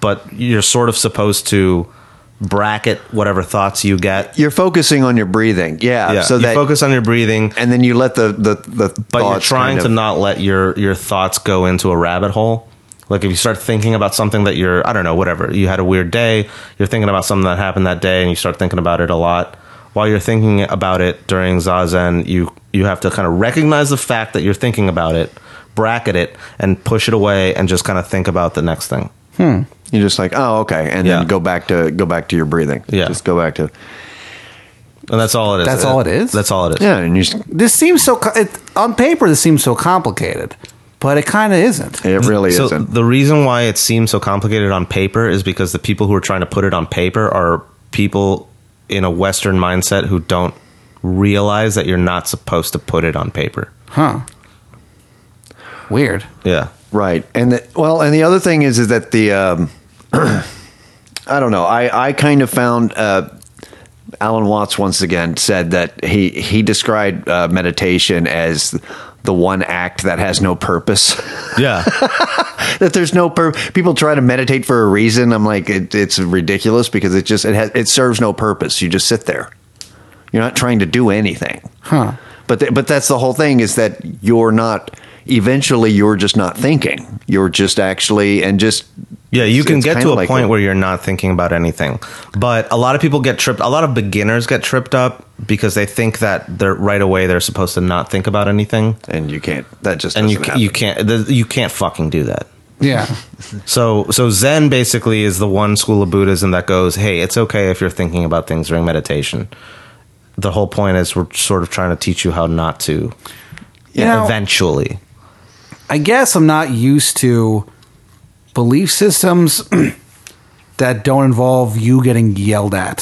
Speaker 2: but you're sort of supposed to bracket whatever thoughts you get.
Speaker 4: You're focusing on your breathing. Yeah.
Speaker 2: Yeah,
Speaker 4: So
Speaker 2: you
Speaker 4: that
Speaker 2: focus on your breathing,
Speaker 4: and then you let the the the
Speaker 2: but you're
Speaker 4: thoughts
Speaker 2: trying
Speaker 4: kind of-
Speaker 2: to not let your your thoughts go into a rabbit hole. Like if you start thinking about something that you're, I don't know, whatever, you had a weird day, you're thinking about something that happened that day, and you start thinking about it a lot. While you're thinking about it during zazen, you you have to kind of recognize the fact that you're thinking about it, bracket it, and push it away, and just kind of think about the next thing.
Speaker 4: You're just like, "Oh, okay." And
Speaker 2: Yeah.
Speaker 4: then go back to go back to your breathing.
Speaker 2: Yeah.
Speaker 4: Just go back to
Speaker 2: And that's all it is.
Speaker 3: That's all it is?
Speaker 2: That's all it is.
Speaker 4: Yeah, and you just-
Speaker 3: This seems so. co- It, on paper, this seems so complicated, but it kind of isn't.
Speaker 4: it really
Speaker 2: so
Speaker 4: isn't.
Speaker 2: the reason why it seems so complicated on paper is because the people who are trying to put it on paper are people in a Western mindset who don't realize that you're not supposed to put it on paper.
Speaker 3: Huh. Weird.
Speaker 2: Yeah.
Speaker 4: Right, and the, well, and the other thing is is that the um, I don't know. I I kind of found uh, Alan Watts once again said that he he described uh, meditation as the one act that has no purpose.
Speaker 2: Yeah.
Speaker 4: that there's no pur- people try to meditate for a reason. I'm like it, it's ridiculous because it just it has it serves no purpose. You just sit there. You're not trying to do anything.
Speaker 3: Huh.
Speaker 4: But th- but that's the whole thing is that you're not. Eventually, you're just not thinking. You're just actually and just
Speaker 2: Yeah, you
Speaker 4: it's-
Speaker 2: can
Speaker 4: it's
Speaker 2: get
Speaker 4: kinda
Speaker 2: to a
Speaker 4: like
Speaker 2: point
Speaker 4: a-
Speaker 2: where you're not thinking about anything. But a lot of people get tripped. A lot of beginners get tripped up because they think that they're right away they're supposed to not think about anything,
Speaker 4: and you can't. That just
Speaker 2: and you
Speaker 4: doesn't
Speaker 2: ca- you
Speaker 4: happen.
Speaker 2: can't th- you can't fucking do that.
Speaker 3: Yeah.
Speaker 2: So, so Zen basically is the one school of Buddhism that goes, "Hey, it's okay if you're thinking about things during meditation." The whole point is we're sort of trying to teach you how not to.
Speaker 3: You know-
Speaker 2: eventually,
Speaker 3: I guess I'm not used to belief systems that don't involve you getting yelled at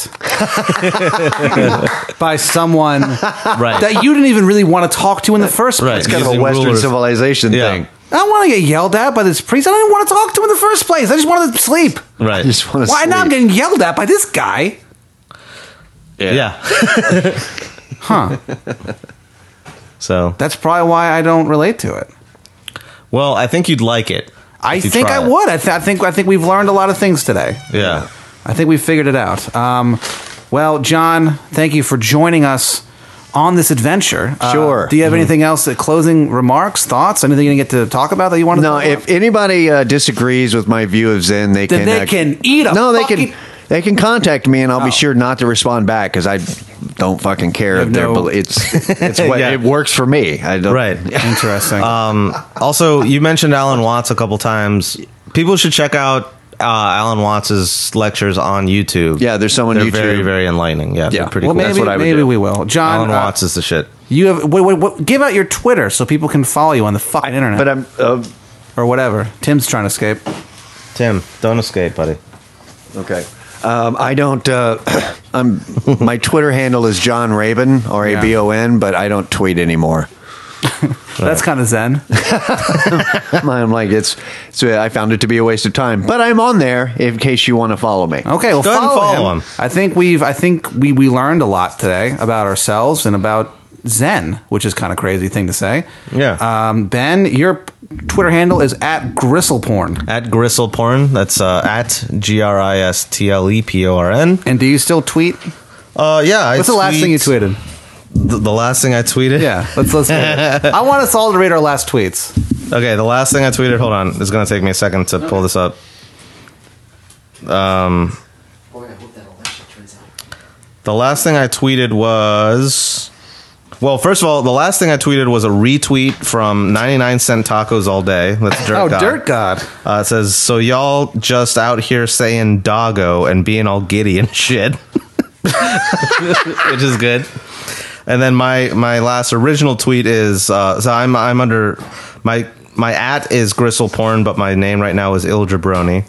Speaker 3: by someone
Speaker 2: right?
Speaker 3: that you didn't even really want to talk to in the first
Speaker 2: Right.
Speaker 3: place.
Speaker 4: It's kind of a
Speaker 2: Using
Speaker 4: Western
Speaker 2: rulers.
Speaker 4: civilization
Speaker 2: Yeah.
Speaker 4: thing.
Speaker 3: I don't want to get yelled at by this priest. I didn't want to talk to him in the first place. I just wanted to sleep.
Speaker 2: right.
Speaker 4: I just want to.
Speaker 3: Why now I'm getting yelled at by this guy?
Speaker 2: yeah.
Speaker 3: Huh.
Speaker 2: so,
Speaker 3: That's probably why I don't relate to it.
Speaker 2: well, I think you'd like it.
Speaker 3: I
Speaker 2: if you
Speaker 3: think
Speaker 2: try
Speaker 3: I
Speaker 2: it.
Speaker 3: would. I, th- I think I think we've learned a lot of things today.
Speaker 2: Yeah.
Speaker 3: I think we figured it out. Um, well, John, thank you for joining us on this adventure. Uh,
Speaker 4: Sure. Mm-hmm.
Speaker 3: do you have anything else? uh, Closing remarks, thoughts, anything you didn't get to talk about that you want to?
Speaker 4: No,
Speaker 3: talk
Speaker 4: if
Speaker 3: about?
Speaker 4: anybody uh, disagrees with my view of Zen, they
Speaker 3: Then
Speaker 4: can.
Speaker 3: they can eat a
Speaker 4: No, they
Speaker 3: fucking-
Speaker 4: can. They can contact me, and I'll
Speaker 3: Oh.
Speaker 4: be sure not to respond back because I don't fucking care
Speaker 3: have
Speaker 4: if they're.
Speaker 3: no-
Speaker 4: bel It's it's what
Speaker 2: Yeah.
Speaker 4: it works for me. I don't.
Speaker 2: Right.
Speaker 3: interesting.
Speaker 2: Um, also, you mentioned Alan Watts a couple times. People should check out uh, Alan Watts's lectures on YouTube.
Speaker 4: Yeah, there's some on
Speaker 2: they're
Speaker 4: YouTube.
Speaker 2: very, very enlightening. Yeah, they're
Speaker 4: Yeah.
Speaker 2: pretty
Speaker 3: well,
Speaker 2: cool.
Speaker 3: maybe
Speaker 4: what I would
Speaker 3: maybe
Speaker 4: do.
Speaker 3: we will. John,
Speaker 2: Alan
Speaker 3: uh,
Speaker 2: Watts is the shit.
Speaker 3: you have wait, wait, what, give out your Twitter so people can follow you on the fucking internet
Speaker 4: But I'm. Uh,
Speaker 3: or whatever. Tim's trying to escape.
Speaker 2: Tim, don't escape, buddy.
Speaker 4: Okay. Um, I don't. Uh, I'm. My Twitter handle is John Rabin, R A B O N, but I don't tweet anymore.
Speaker 3: That's kind of zen.
Speaker 4: I'm like it's. So I found it to be a waste of time, but I'm on there in case you want to follow me.
Speaker 3: Okay, well,
Speaker 2: Go ahead and
Speaker 3: follow,
Speaker 2: follow
Speaker 3: him.
Speaker 2: him.
Speaker 3: I think we've I think we we learned a lot today about ourselves and about Zen, which is kind of crazy thing to say.
Speaker 2: Yeah.
Speaker 3: Um, ben, your Twitter handle is at gristleporn.
Speaker 2: At Gristle Porn. That's uh, at G R I S T L E P O R N.
Speaker 3: And do you still tweet?
Speaker 2: Uh, yeah. I
Speaker 3: What's the last thing you
Speaker 2: tweet-
Speaker 3: tweeted?
Speaker 2: The, the last thing I tweeted?
Speaker 3: Yeah, let's let's. I want us all to read our last tweets.
Speaker 2: Okay, the last thing I tweeted. Hold on. It's going to take me a second to pull this up. Um,
Speaker 1: Boy, I hope that election turns out.
Speaker 2: The last thing I tweeted was. Well, first of all, the last thing I tweeted was a retweet from 99 Cent Tacos All Day. That's Dirt
Speaker 3: oh,
Speaker 2: God.
Speaker 3: Dirt God.
Speaker 2: Uh, it says, So y'all just out here saying doggo and being all giddy and shit, which is good. And then my, my last original tweet is uh, so I'm I'm under my my at is gristle porn, but my name right now is Il Jabroni.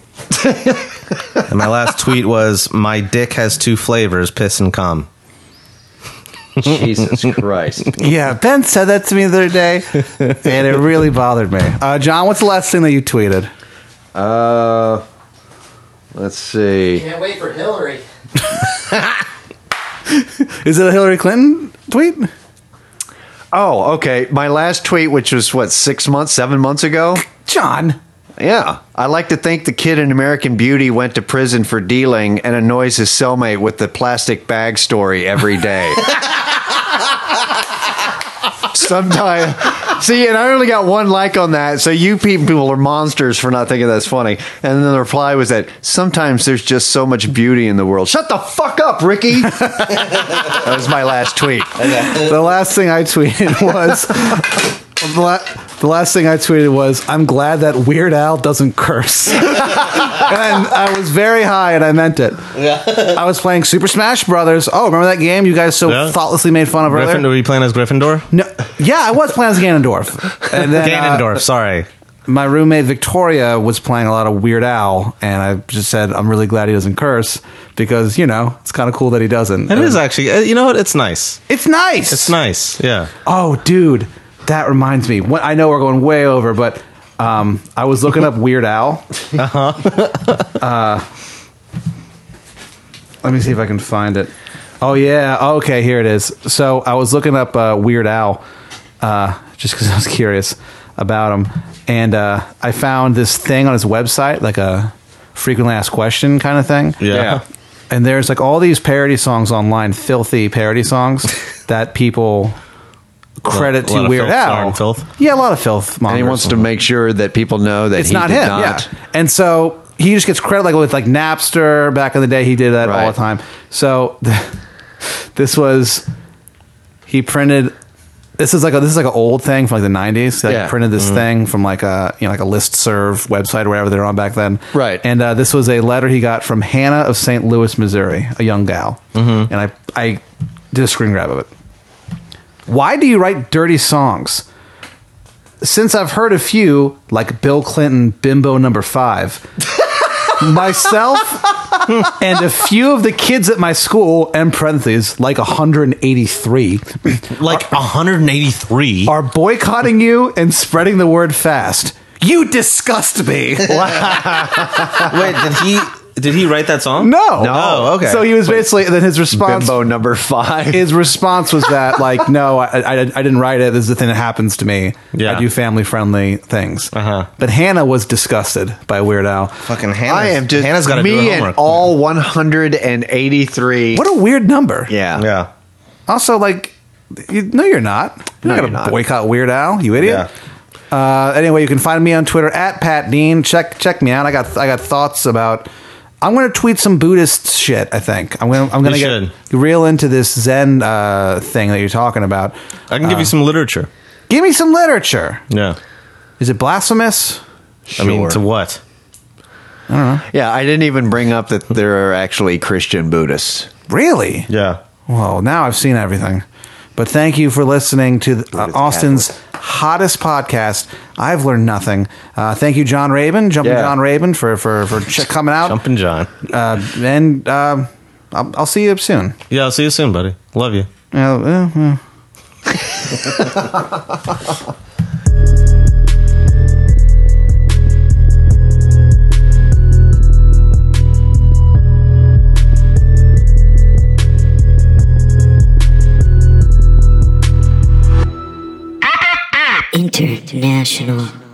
Speaker 2: and my last tweet was my dick has two flavors, piss and cum.
Speaker 4: Jesus Christ.
Speaker 3: Yeah, Ben said that to me the other day, and it really bothered me. Uh, John, what's the last thing that you tweeted?
Speaker 4: Uh, let's see.
Speaker 1: Can't wait for Hillary.
Speaker 3: Is it a Hillary Clinton tweet?
Speaker 4: Oh, okay. My last tweet, which was what six months, seven months ago.
Speaker 3: John.
Speaker 4: Yeah, I like to think the kid in American Beauty went to prison for dealing and annoys his cellmate with the plastic bag story every day. Sometime, see, and I only got one like on that, so you people are monsters for not thinking that's funny. And then the reply was that sometimes there's just so much beauty in the world. Shut the fuck up, Ricky. that was my last tweet.
Speaker 3: the last thing I tweeted was the, la- the last thing I tweeted was I'm glad that Weird Al doesn't curse, and I was very high and I meant it. I was playing Super Smash Brothers. Oh, remember that game you guys so
Speaker 2: Yeah.
Speaker 3: thoughtlessly made fun of
Speaker 2: Gryffindor,
Speaker 3: earlier?
Speaker 2: were you playing as Gryffindor?
Speaker 3: No, yeah, I was playing as Ganondorf, and then uh,
Speaker 2: Ganondorf, sorry.
Speaker 3: my roommate Victoria was playing a lot of Weird Al, and I just said I'm really glad he doesn't curse because you know it's kind of cool that he doesn't.
Speaker 2: It is actually, uh, you know what? It's nice.
Speaker 3: It's nice.
Speaker 2: It's nice. Yeah.
Speaker 3: Oh, dude, that reminds me. What I know we're going way over, but um, I was looking up Weird Al. Uh-huh. let me see if I can find it. Oh yeah, okay, here it is. So I was looking up uh, Weird Al uh, just because I was curious about him, and uh, I found this thing on his website, like a frequently asked question kind of thing
Speaker 2: Yeah.
Speaker 3: and there's like all these parody songs online, filthy parody songs that people credit
Speaker 2: A lot
Speaker 3: to
Speaker 2: of
Speaker 3: Weird
Speaker 2: filth, snarl
Speaker 3: Al.
Speaker 2: and filth.
Speaker 3: Yeah, a lot of filth.
Speaker 4: And he wants to make sure that people know that
Speaker 3: It's
Speaker 4: he
Speaker 3: not
Speaker 4: did
Speaker 3: him.
Speaker 4: not.
Speaker 3: Yeah, and so he just gets credit like with like Napster back in the day. He did that all
Speaker 4: Right.
Speaker 3: the time. So this was he printed. This is like a, this is like an old thing from like the '90s. Like
Speaker 4: Yeah.
Speaker 3: printed
Speaker 2: Mm-hmm.
Speaker 3: this thing from like a you know like a list serve website or whatever they're on back then.
Speaker 4: Right.
Speaker 3: And uh, this was a letter he got from Hannah of St. Louis, Missouri, a young gal. Mm-hmm. And I I did a screen grab of it. Why do you write dirty songs? Since I've heard a few, like Bill Clinton Bimbo number five, myself and a few of the kids at my school, and parentheses, like 183,
Speaker 5: Like 183.
Speaker 3: are boycotting you and spreading the word fast. You disgust me.
Speaker 2: Wait, did he did he write that song?
Speaker 3: No.
Speaker 2: Oh, okay.
Speaker 3: So he was basically, then his response.
Speaker 4: Bimbo number five.
Speaker 3: his response was that like no I, I, I didn't write it this is the thing that happens to me
Speaker 2: Yeah.
Speaker 3: i do family friendly things
Speaker 2: Uh-huh.
Speaker 3: but hannah was disgusted by weird al
Speaker 2: fucking Hannah.
Speaker 4: I am just
Speaker 2: Hannah's got to do
Speaker 4: me
Speaker 2: her
Speaker 4: and
Speaker 2: homework.
Speaker 4: all 183.
Speaker 3: what a weird number
Speaker 4: Yeah.
Speaker 2: yeah.
Speaker 3: also like you, no you're not you're
Speaker 4: No,
Speaker 3: not
Speaker 4: you're
Speaker 3: gonna
Speaker 4: not.
Speaker 3: boycott weird al you idiot uh, anyway you can find me on twitter at pat dean check check me out i got i got thoughts about i'm gonna tweet some buddhist shit i think i'm gonna i'm gonna
Speaker 2: You
Speaker 3: get
Speaker 2: should.
Speaker 3: real into this zen uh, thing that you're talking about
Speaker 2: I can give
Speaker 4: Uh.
Speaker 2: you some literature.
Speaker 3: give me some literature
Speaker 2: Yeah.
Speaker 3: is it blasphemous
Speaker 2: I mean,
Speaker 4: Sure.
Speaker 2: to what?
Speaker 4: Yeah, I didn't even bring up that there are actually Christian Buddhists.
Speaker 3: Really?
Speaker 2: Yeah.
Speaker 3: Well, now I've seen everything. But thank you for listening to the- uh, Austin's hottest podcast. I've learned nothing. Uh, thank you, John Rabin, Jumping
Speaker 4: Yeah.
Speaker 3: John Rabin, for for for ch- coming out.
Speaker 2: Jumpin' John.
Speaker 3: Uh, and um I'll, I'll see you soon.
Speaker 2: Yeah, I'll see you soon, buddy. Love you.
Speaker 3: Uh, uh, uh.
Speaker 6: International.